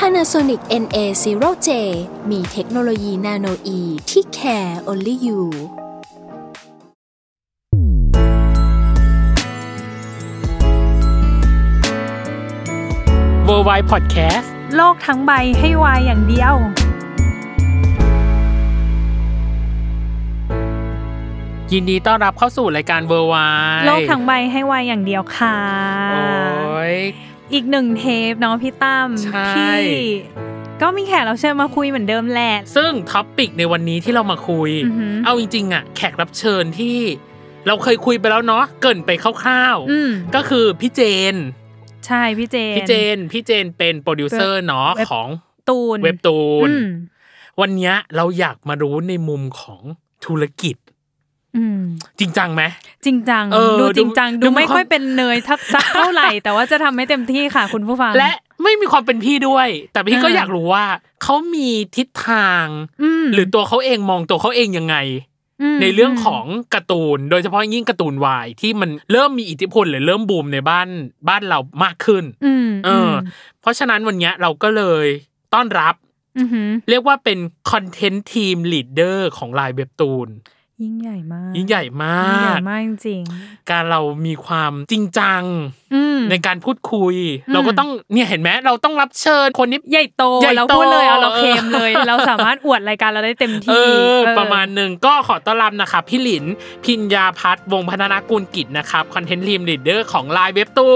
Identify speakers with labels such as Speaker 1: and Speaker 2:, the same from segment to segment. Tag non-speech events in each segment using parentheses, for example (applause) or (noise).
Speaker 1: Panasonic NA0J มีเทคโนโลยีนาโนอีที่ care only you
Speaker 2: เวอร์ไวพอดแคสต์
Speaker 3: โลกทั้งใบให้วายอย่างเดียว
Speaker 2: ยินดีต้อนรับเข้าสู่รายการเวอร์ไว
Speaker 3: โลกทั้งใบให้วายอย่างเดียวค่ะ
Speaker 2: โอ้ย
Speaker 3: อีกหนึ่งเทปเนาะพี่ตั้ม
Speaker 2: ใช่
Speaker 3: ที่ ก็มีแขกรับเชิญมาคุยเหมือนเดิมแหละ
Speaker 2: ซึ่งท็อปปิกในวันนี้ที่เรามาคุย
Speaker 3: อือหือ
Speaker 2: เอาจริงๆอะแขกรับเชิญที่เราเคยคุยไปแล้วเนาะเกรินไปคร่าว
Speaker 3: อืม
Speaker 2: ก็คือพี่เจน
Speaker 3: ใช่พี่เจน
Speaker 2: พี่เจน พี่เจนเป็นโปรดิวเซอร์เนาะ
Speaker 3: เว็บ
Speaker 2: ของ
Speaker 3: ตูน
Speaker 2: เว็บตูน
Speaker 3: อืม
Speaker 2: วันเนี้ยเราอยากมารู้ในมุมของธุรกิจ
Speaker 3: อืม
Speaker 2: จริงจังไหม
Speaker 3: จริงจัง
Speaker 2: เออ
Speaker 3: ดู
Speaker 2: ดู
Speaker 3: จริงจัง
Speaker 2: ดู
Speaker 3: ดูไม่
Speaker 2: มีความ
Speaker 3: ค่อยเป็นเนยทักซักเท่าไหร่ แต่ว่าจะทำให้เต็มที่ค่ะคุณผู้ฟัง
Speaker 2: และไม่มีความเป็นพี่ด้วย แต่พี่ก็
Speaker 3: อ่า
Speaker 2: อยากรู้ว่าเขามีทิศทาง
Speaker 3: อืม
Speaker 2: หรือตัวเขาเองมองตัวเขาเองยังไง
Speaker 3: ม
Speaker 2: ในเรื่องของการ์ตูน โดยเฉพาะยิ่งการ์ตูนวายที่มันเริ่มมีอิทธิพลหรือเริ่มบูมในบ้านบ้านเรามากขึ้น
Speaker 3: อืม
Speaker 2: เอออเพราะฉะนั้นวันเนี้ยเราก็เลยต้อนรับ
Speaker 3: มอหือ
Speaker 2: เรียกว่าเป็นคอนเทนต์ทีมลีดเดอร์ของลายเว็บตูน
Speaker 3: ยิ่งใหญ่มาก
Speaker 2: ยิ่งใหญ่ม
Speaker 3: ยิ่ง
Speaker 2: า
Speaker 3: ใหญ่
Speaker 2: ก
Speaker 3: มากจริง
Speaker 2: การเรามีความจริงจัง
Speaker 3: ๆอืม
Speaker 2: ในการพูดคุย
Speaker 3: อืม
Speaker 2: เราก็ต้องเนี่ยเห็นไหมเราต้องรับเชิญคนนี้
Speaker 3: ใหญ่โต
Speaker 2: ใหญ่โต
Speaker 3: เราพูดเลยเอาเราเคลมเลย
Speaker 2: เออ
Speaker 3: เราสามารถอวดรายการเราได้เต็ม
Speaker 2: เออ
Speaker 3: ที่เออ
Speaker 2: ประมาณหนึ่งก็ขอต้อนรับนะคะพี่หลิน พิญญาพัฒน์วงศ์พนนากุลกิจนะครับคอนเทนต์ทีมลีดเดอร์ของไลน์เว็บตู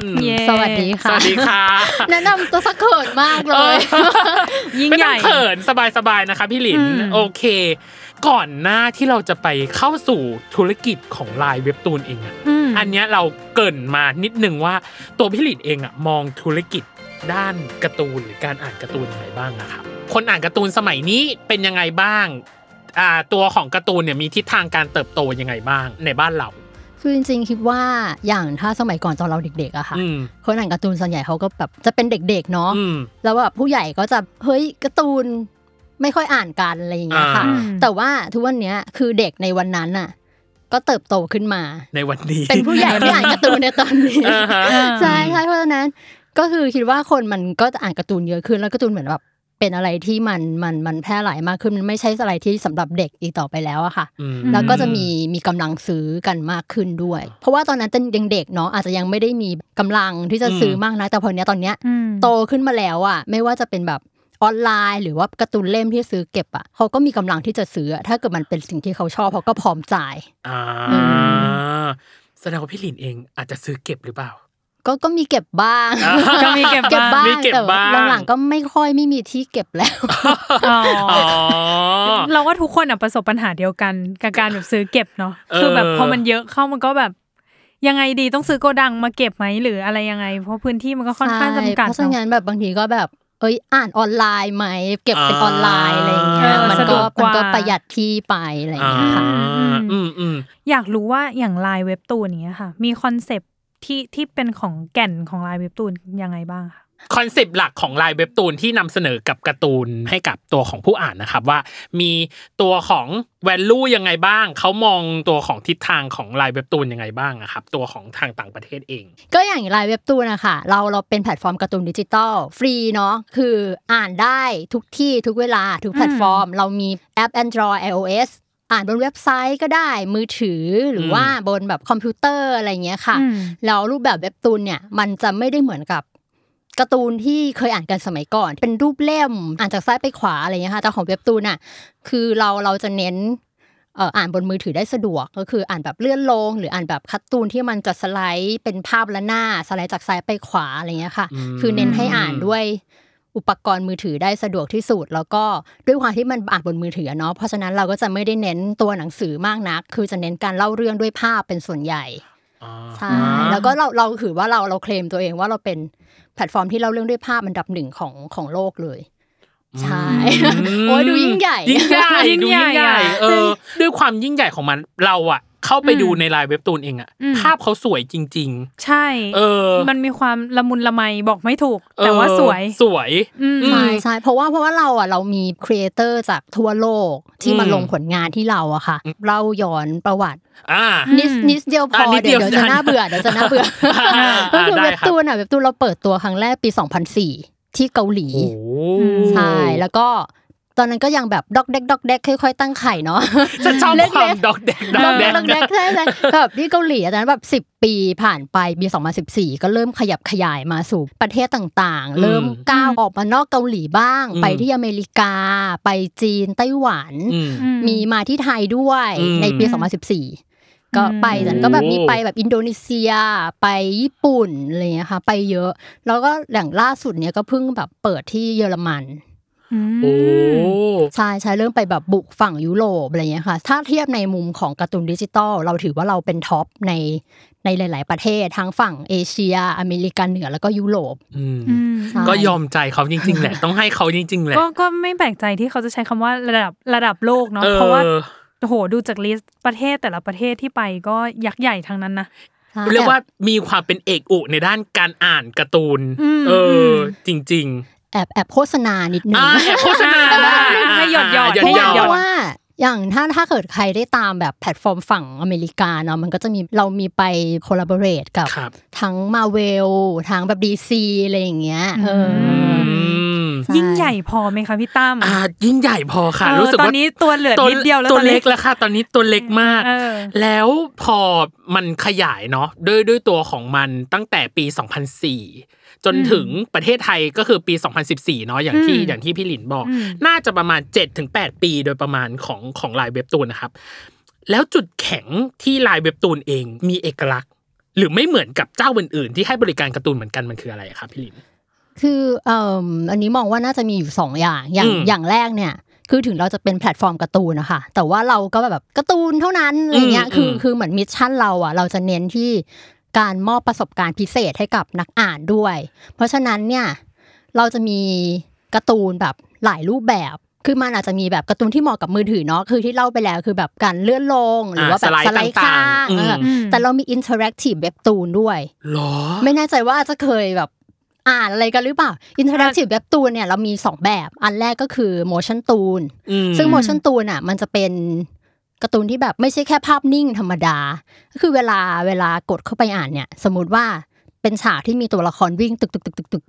Speaker 2: น
Speaker 3: เย้
Speaker 4: สวัสดี
Speaker 2: ส
Speaker 4: ค่ะ
Speaker 2: วัสดีค่ะ
Speaker 4: แนะนำตัวสักเขินมากเล
Speaker 2: เอย อ
Speaker 3: ยิ่ง
Speaker 2: ไม่
Speaker 3: ให
Speaker 2: ต้อ
Speaker 3: ญ่
Speaker 2: งเขินสบายๆนะคะพี่หลิน
Speaker 3: อืม
Speaker 2: โอเค ก่อนหน้าที่เราจะไปเข้าสู่ธุรกิจของไลน์เว็บตูนเองอะ
Speaker 3: ม
Speaker 2: อันเนี้ยเราเกรินมานิดนึงว่าตัวพี่หลินเองอะมองธุรกิจด้านการ์ตูนหรือการอ่านการ์ตูนยังไงบ้างนะครับ คนอ่านการ์ตูนสมัยนี้เป็นยังไงบ้าง อ่าตัวของการ์ตูนเนี่ยมีทิศทางการเติบโตยังไงบ้างในบ้านเรา
Speaker 4: คือจริงๆ คิดว่าอย่างถ้าสมัยก่อนตอนเราเด็กๆอะค่ะ
Speaker 2: อืม
Speaker 4: คนอ่านการ์ตูนส่วนใหญ่เขาก็แบบจะเป็นเด็กๆ เนาะ
Speaker 2: อืม
Speaker 4: แล้วแบบผู้ใหญ่ก็จะเฮ้ยการ์ตูนไม่ค่อยอ่านกันอะไรอย่างเงี้ยค่ะ
Speaker 2: อ่า
Speaker 4: แต่ว่าทุกวันเนี้ยคือเด็กในวันนั้นน่ะก็เติบโต
Speaker 2: (laughs)
Speaker 4: ขึ้นมา
Speaker 2: ในวันนี้
Speaker 4: เป็นผู้ใหญ่ที่อ่านการ์ตูนในตอนนี้
Speaker 2: อ่าฮะ
Speaker 4: ใช่ใช่เพราะฉะนั้นก็คือคิดว่าคนมันก็จะอ่านการ์ตูนเยอะขึ้นแล้วการ์ตูนเหมือนแบบเป็นอะไรที่มันมันมันแพร่หลายมากขึ้นมันไม่ใช่อะไรที่สำหรับเด็กอีกต่อไปแล้วอะค่ะ
Speaker 2: อืม
Speaker 4: แล้วก็จะมีมีกำลังซื้อกันมากขึ้นด้วย เพราะว่าตอนนั้นเป็นยังเด็กเนาะอาจจะยังไม่ได้มีกำลังที่จะซื้ออ
Speaker 2: ม
Speaker 4: มากนะแต่พอเนี้ยตอนเนี้ย
Speaker 3: อืม
Speaker 4: โตขึ้นมาแล้วอะไม่ว่าจะเป็นแบบออนไลน์ หรือว่าการ์ตูนเล่มที่ซื้อเก็บอะเขาก็มีกำลังที่จะซื้ออะถ้าเกิดมันเป็นสิ่งที่เขาชอบเขาก็พร้อมจ่าย
Speaker 2: อ่า
Speaker 4: อื
Speaker 2: แสดงว่าพี่หลินเองอาจจะซื้อเก็บหรือเปล่า
Speaker 4: ก็ก็มีเก็บบ้าง (laughs)
Speaker 3: ก็มีเก็บ
Speaker 4: เก็บบ้าง
Speaker 2: มีเก็บ
Speaker 4: แต่
Speaker 2: บ้าง
Speaker 4: หลังๆก็ไม่ค่อยไม่มีที่เก็บแล้ว
Speaker 3: อ๋อ
Speaker 2: อ๋อ
Speaker 3: เราว่าทุกคนอ่ะประสบปัญหาเดียวกันกับการแบบซื้อเก็บเนาะ
Speaker 2: เออ
Speaker 3: คือแบบพอมันเยอะเข้ามันก็แบบ ยังไงดีต้องซื้อโกดังมาเก็บไหมหรืออะไรยังไง เพราะพื้นที่มันก็ค่อนข้างจำกัด
Speaker 4: ใช่เพราะฉะ
Speaker 3: เนอะ
Speaker 4: นั้นแบบบางทีก็แบบ เอ้ยอ่านออนไลน์ไหมเก็บเป็น
Speaker 2: อ่า
Speaker 4: ออนไลน์อะไรอย่างเงี้ย
Speaker 3: เออ
Speaker 4: มัน
Speaker 3: สะด
Speaker 4: ก็
Speaker 3: วกก
Speaker 4: มัน
Speaker 3: ว่ามั
Speaker 4: ก็ประหยัดที่ไปอะไรอย่าง
Speaker 2: อ่า
Speaker 4: เงี้ยค่ะ
Speaker 2: อืมอืม
Speaker 3: อยากรู้ว่าอย่างลายเว็บตูนอย่างเนี้ยค่ะ มีคอนเซปต์ที่ที่เป็นของแก่นของลายเว็บตูนยังไงบ้างคะ
Speaker 2: คอนเซปต์หลักของลายเว็บตูนที่นำเสนอกับการ์ตูนให้กับตัวของผู้อ่านนะครับว่ามีตัวของ value ยังไงบ้าง เขามองตัวของทิศทางของลายเว็บตูนยังไงบ้างอะครับ ตัวของทางต่างประเทศเอง
Speaker 4: ก็อย่างไลน์เว็บตูนนะคะเราเราเป็นแพลตฟอร์มการ์ตูนดิจิตอลฟรีเนาะคืออ่านได้ทุกที่ทุกเวลาทุกแพลตฟอร์ม เรามีแอป Android iOS อ่านบนเว็บไซต์ก็ได้มือถือหรืออ
Speaker 2: ม
Speaker 4: ว่าบนแบบคอมพิวเตอร์อะไรอย่างเงี้ยค่ะ
Speaker 3: อืม
Speaker 4: แล้วรูปแบบเว็บตูนเนี่ยมันจะไม่ได้เหมือนกับการ์ตูนที่เคยอ่านกันสมัยก่อน เป็นรูปเล่มอ่านจากซ้ายไปขวาอะไรอย่างเงี้ยค่ะแต่ของเว็บตูนอ่ะคือเราเราจะเน้นเอ่ออ่านบนมือถือได้สะดวก ก็คืออ่านแบบเลื่อนลง หรืออ่านแบบคัดตูนที่มันจะสไลด์เป็นภาพละหน้าสไลด์จากซ้ายไปขวาอะไรอย่างเงี้ยค่ะ
Speaker 2: อืม
Speaker 4: คือเน้นให้อ่านด้วยอุปกรณ์มือถือได้สะดวกที่สุด แล้วก็ด้วยความที่มันอ่านบนมือถืออะเนาะเพราะฉะนั้นเราก็จะไม่ได้เน้นตัวหนังสือมากนัก คือจะเน้นการเล่าเรื่องด้วยภาพเป็นส่วนใหญ่
Speaker 2: อ่า
Speaker 4: ใช่แล้วก็เราเราถือว่าเราเราเคลมตัวเองว่าเราเป็นแพลตฟอร์มที่เล่าเรื่องด้วยภาพอันดับหนึ่งของของโลกเลย ใช่
Speaker 2: อืม
Speaker 4: โอ้ยดูยิ่งใหญ่
Speaker 2: ยิ่งใหญ่
Speaker 3: ยิ่ง
Speaker 2: ดู
Speaker 3: ใหญ่
Speaker 2: ยิ่งใหญ่
Speaker 3: อะ
Speaker 2: เอ
Speaker 4: (laughs)
Speaker 2: อ ด้วยความยิ่งใหญ่ของมันเราอะเข้าไปดู
Speaker 3: อืม
Speaker 2: ในไลน์เว็บตูนเองอะ
Speaker 3: อืม
Speaker 2: ภาพเขาสวยจริง
Speaker 3: ใช่
Speaker 2: ๆ เออ
Speaker 3: มันมีความละมุนละไมบอกไม่ถูก
Speaker 2: เออ
Speaker 3: แต่ว่าสวย
Speaker 2: สวย
Speaker 3: อืม
Speaker 2: อืม
Speaker 4: ใช่ใช่เพราะว่าเพราะว่าเราอ่ะเรามีครีเอเตอร์จากทั่วโลกที่มา
Speaker 2: อืม
Speaker 4: ลงผลงานที่เราอะค่ะ เราย้อนประวัติ
Speaker 2: อ่า
Speaker 3: อืม
Speaker 4: นิดนิดเดียวพ
Speaker 2: อ่ะ
Speaker 4: อ
Speaker 2: นิดเดี
Speaker 4: เดี๋
Speaker 2: ย
Speaker 4: ยว วจะน่าเบื่อเดี๋ยวจะน่าเบื่อ
Speaker 2: อ่า
Speaker 4: ก็คือ
Speaker 2: ได้
Speaker 4: เว็บ
Speaker 2: ครับ
Speaker 4: ตูนอ่ะเว็บตูนเราเปิดตัวครั้งแรกปี 2004 ที่เกาหลี
Speaker 2: โอ้
Speaker 4: ใช่ แล้วก็ตอนนั้นก็ยังแบบดอกเด็กดอกเด็กค่อย ๆ ตั้งไข่เนาะ
Speaker 2: ฉันชอบ
Speaker 4: เล็กๆ
Speaker 2: ความดอกแดกด
Speaker 4: ด
Speaker 2: อ
Speaker 4: อก ก
Speaker 2: แด
Speaker 4: เด็ก
Speaker 2: ก
Speaker 4: ดอกเด็กใช่ใช่แบบที่เกาหลีอ่ะตอนนั้นแบบ10 ปีผ่านไปปี 2014 ก็เริ่มขยับขยายมาสู่ประเทศต่าง
Speaker 2: อืม
Speaker 4: ๆ เริ่มก้าวออกมานอกเกาหลีบ้าง
Speaker 2: อืม
Speaker 4: ไปที่อเมริกา ไปจีนไต้หวัน
Speaker 2: อืม
Speaker 3: อื
Speaker 4: มีมาที่ไทยด้วย
Speaker 2: อืม
Speaker 4: ในปี
Speaker 3: อืม
Speaker 4: 2014 ก็ไป
Speaker 3: อืม
Speaker 4: จันก็แบบมี
Speaker 2: โอ้
Speaker 4: ไปแบบอินโดนีเซีย ไปญี่ปุ่นอะไรอย่างเงี้ยค่ะ ไปเยอะ แล้วก็อย่างล่าสุดเนี้ยก็เพิ่งแบบเปิดที่เยอรมัน
Speaker 3: อืม
Speaker 2: โอ้
Speaker 4: ใช่ใช่เริ่มไปแบบบุกฝั่งยุโรปอะไรอย่างเงี้ยค่ะ ถ้าเทียบในมุมของการ์ตูนดิจิตอลเราถือว่าเราเป็นท็อปในในหลาย ๆ ประเทศทั้งฝั่งเอเชีย อเมริกาเหนือแล้วก็ยุโรป
Speaker 2: อืม
Speaker 3: อืม
Speaker 4: ใช่
Speaker 2: ก็ยอมใจเขาจริง ๆ แหละ ต้องให้เขาจริง ๆ แหละ
Speaker 3: ก็ก็ไม่แปลกใจที่เขาจะใช้คำว่าระดับระดับโลกเนาะ
Speaker 2: ออ
Speaker 3: เพราะว่าโอ้โหดูจากลิสต์ประเทศแต่ละประเทศที่ไปก็ยักษ์ใหญ่ทั้งนั้นนะ
Speaker 4: ใช่
Speaker 2: เรียกว่ามีความเป็นเอกอุในด้านการอ่านการ์ตูน
Speaker 3: อืม
Speaker 2: เอ
Speaker 3: อื
Speaker 2: อ
Speaker 3: ม
Speaker 2: จริง
Speaker 4: แอบแอบโฆษณานิด
Speaker 2: ๆ
Speaker 4: นึง
Speaker 2: อ่าแอบโฆษณา
Speaker 3: แต่ว่าให้หยอดๆ
Speaker 2: า
Speaker 3: ให้หยอดๆ
Speaker 4: เพราะว่าอย่างถ้าถ้าเกิดใครได้ตามแบบแพลตฟอร์มฝั่งอเมริกาเนาะมันก็จะมีเรามีไปคอลลาบอร์เรทกับ
Speaker 2: ครับ
Speaker 4: ทั้งมาเวลทั้งแบบดีซีอะไรอย่างเงี้ยเออ
Speaker 3: อื
Speaker 2: อื
Speaker 4: อ
Speaker 2: ม
Speaker 4: ใช่
Speaker 3: ยิ่งใหญ่พอไหมคะพี่ตั้ม
Speaker 2: อ่ายิ่งใหญ่พอค่ะ
Speaker 3: เออ
Speaker 2: รู้สึก
Speaker 3: ตอน
Speaker 2: ว่า
Speaker 3: นี้ตัวเหลือนิดเดียวแล้ว
Speaker 2: ตั
Speaker 3: ต
Speaker 2: ว
Speaker 3: อน
Speaker 2: เล็
Speaker 3: นี้
Speaker 2: กแล้วค่ะ ตอนนี้ตัวเล็กมาก
Speaker 3: เออ
Speaker 2: แล้วพอมันขยายเนาะด้วยด้วยตัวของมันตั้งแต่ปี 2004 จน
Speaker 3: อืม
Speaker 2: ถึงประเทศไทยก็คือปี 2014 เนาะอย่างที่
Speaker 3: อืม
Speaker 2: อย่างที่พี่หลินบอก
Speaker 3: อืม
Speaker 2: น่าจะประมาณ 7-8 ปีโดยประมาณของของลายเว็บตูนนะครับ แล้วจุดแข็งที่ลายเว็บตูนเองมีเอกลักษณ์ หรือไม่เหมือนกับเจ้าอื่นๆที่ให้บริการการ์ตูนเหมือนกันมันคืออะไรครับพี่หลิน
Speaker 4: คือเอ่มอันนี้มองว่าน่าจะมีอยู่สองอย่างอย่าง
Speaker 2: อืม
Speaker 4: อย่างแรกเนี่ย คือถึงเราจะเป็นแพลตฟอร์มการ์ตูนนะคะแต่ว่าเราก็แบบการ์ตูนเท่านั้นอะไรเงี้ย
Speaker 2: อืม
Speaker 4: คือ
Speaker 2: อืม
Speaker 4: คือเหมือนมิชชั่นเราอ่ะเราจะเน้นที่การมอบประสบการณ์พิเศษให้กับนักอ่านด้วย เพราะฉะนั้นเนี่ยเราจะมีการ์ตูนแบบหลายรูปแบบ คือมันอาจจะมีแบบการ์ตูนที่เหมาะกับมือถือเนาะคือที่เล่าไปแล้วคือแบบการเลื่อนลงหรือว่าแบบสไลด์ข้าง
Speaker 2: อื
Speaker 4: เอ
Speaker 2: ม
Speaker 4: ออแต่เรามีอินเทอร์แอคทีฟเว็บตูนด้วย
Speaker 2: หรอ
Speaker 4: ไม่แน่ใจว่าจะเคยแบบอ่านอะไรกันหรือเปล่า Interactive Webtoon เนี่ยเรามี 2 แบบ อันแรกก็คือ Motion Toon
Speaker 2: อืม
Speaker 4: ซึ่ง
Speaker 3: หมด
Speaker 4: Motion Toon อ่ะมันจะเป็นการ์ตูนที่แบบไม่ใช่แค่ภาพนิ่งธรรมดา ก็คือเวลาเวลากดเข้าไปอ่านเนี่ย สมมติว่าเป็นฉากที่มีตัวละครวิ่งตึกตึกตึกตึกตึก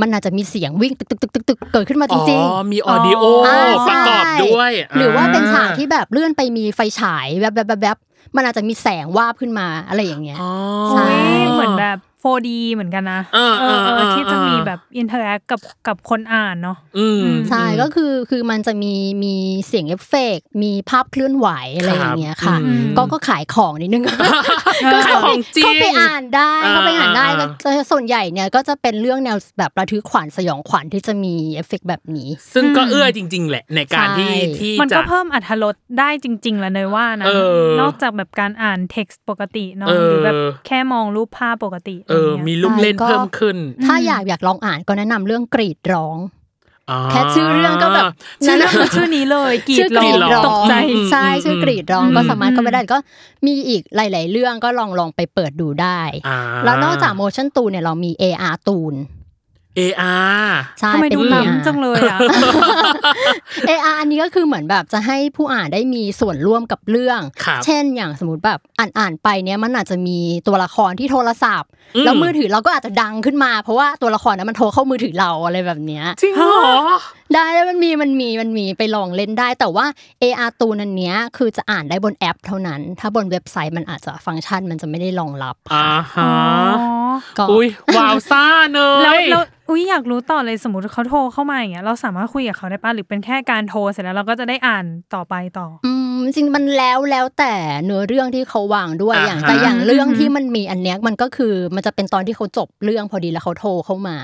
Speaker 4: มันอาจจะมีเสียงวิ่งตึกตึกตึกตึกตึกเกิดขึ้นมาจริง
Speaker 2: อ๋อ มีออดิโอ
Speaker 3: อ๋อ
Speaker 2: ประกอบด้วย
Speaker 4: ๆ หรือว่าเป็นฉากที่
Speaker 2: อ
Speaker 4: แบบเลื่อนไปมีไฟฉายแวบแบบแบบแบบมันอาจจะมีแสงวาบขึ้นมาอะไรอย่างเงี้ย
Speaker 2: ่าอ๋อ
Speaker 4: ใช่
Speaker 3: โอ้ยเหมือนแบบ 4D เหมือนกันนะ
Speaker 2: เออเออเออ
Speaker 3: ที่จะมีแบบอินเทอร์แอคกับกับคนอ่านเนาะ
Speaker 2: อืม
Speaker 4: ใช่ก็คือคือมันจะมีมีเสียงเอฟเฟกต์มีภาพเคลื่อนไหวอะไร
Speaker 2: ค
Speaker 4: อ
Speaker 2: รับ
Speaker 4: ย่างเงี้ยค่ะ
Speaker 2: อืม
Speaker 4: ก็ก็ขายของนิดนึง
Speaker 2: (laughs) ก็ขายของจริง
Speaker 4: เข้าไปอ่านได้
Speaker 2: อ่า
Speaker 4: เข้าไปอ่านได้
Speaker 2: อ่า
Speaker 4: ก็ส่วนใหญ่เนี่ยก็จะเป็นเรื่องแนวแบบระทึกขวัญสยองขวัญที่จะมีเอฟเฟกต์แบบนี้
Speaker 2: ซึ่งก็
Speaker 3: อืม
Speaker 2: เอื้อจริง ๆ แหละในการที่
Speaker 4: ใช่
Speaker 2: ที่
Speaker 3: มัน
Speaker 2: จะ
Speaker 3: ก็เพิ่มอัธรสได้จริงๆแล้วเนยว่านะ
Speaker 2: เออน
Speaker 3: อกจากแบบการอ่านเท็กซ์ปกติเนาะ
Speaker 2: เออ
Speaker 3: หรือแบบแค่มองรูปภาพปกติ
Speaker 2: เออ
Speaker 3: ะไร
Speaker 2: มี
Speaker 3: เงี้ย
Speaker 2: ลูกเล่นเพิ่มขึ้น
Speaker 4: ถ้า
Speaker 3: อืม
Speaker 4: อยากอยากลองอ่านก็แนะนำเรื่องกรีดร้อง
Speaker 2: อ่า
Speaker 4: แค่ชื่อเรื่องก็แบบ
Speaker 3: ชื่อเรื่องมันชื่อนี้เลยกรีด
Speaker 4: ชื่อก
Speaker 3: ร้อ
Speaker 4: รี
Speaker 3: ง
Speaker 4: ดร้อง
Speaker 3: ตกใจ
Speaker 2: อืม
Speaker 4: ใช่ชื่อกรีดร้อง
Speaker 3: อืม
Speaker 4: ก็สามารถก็ไปได้
Speaker 3: อืม
Speaker 4: ก็มีอีกหลาย ๆ เรื่องก็ลองลองไปเปิดดูได้
Speaker 2: อ่า
Speaker 4: แล้วนอกจาก motion ตูนเนี่ยเรามี AR ตูน
Speaker 2: AR
Speaker 4: ใช่
Speaker 3: ทำไม
Speaker 4: เป็น
Speaker 3: ดู
Speaker 4: AR
Speaker 3: ล้ำจังเลยอ่ะ
Speaker 4: (laughs) เออาอันนี้ก็คือเหมือนแบบจะให้ผู้อ่านได้มีส่วนร่วมกับเรื่อง
Speaker 2: ครับ
Speaker 4: เช่นอย่างสมมติแบบอ่านอ่านไปเนี้ยมันอาจจะมีตัวละครที่โทรศัพท์
Speaker 2: อืม
Speaker 4: แล้วมือถือเราก็อาจจะดังขึ้นมา เพราะว่าตัวละครนั้นมันโทรเข้ามือถือเราอะไรแบบเนี้ย
Speaker 2: จริงเหรอ
Speaker 4: ได้แล้วมันมีมันมีมันมีไปลองเล่นได้ แต่ว่า AR ตูนอันเนี้ยคือจะอ่านได้บนแอปเท่านั้น ถ้าบนเว็บไซต์มันอาจจะฟังก์ชันมันจะไม่ได้รองรับ
Speaker 2: อ่าฮะ
Speaker 4: ก็
Speaker 2: อุ้ย วาวซ่าเน
Speaker 3: แล้ว
Speaker 2: ย
Speaker 3: แล้วอุ้ยอยากรู้ต่อเลยสมมติเขาโทรเข้ามาอย่างเงี้ยเราสามารถคุยกับเขาได้ป่ะหรือเป็นแค่การโทรเสร็จแล้วเราก็จะได้อ่านต่อไปต่อ
Speaker 4: อืมจริงๆมันแล้วแล้วแต่เนื้อเรื่องที่เขาวางด้วย
Speaker 2: อ่า
Speaker 4: อย่าง
Speaker 2: ฮะ
Speaker 4: แต่อย่างเรื่อง
Speaker 3: อืม
Speaker 4: ที่มันมีอันเนี้ยมันก็คือมันจะเป็นตอนที่เขาจบเรื่องพอดีแล้วเขาโทรเข้ามา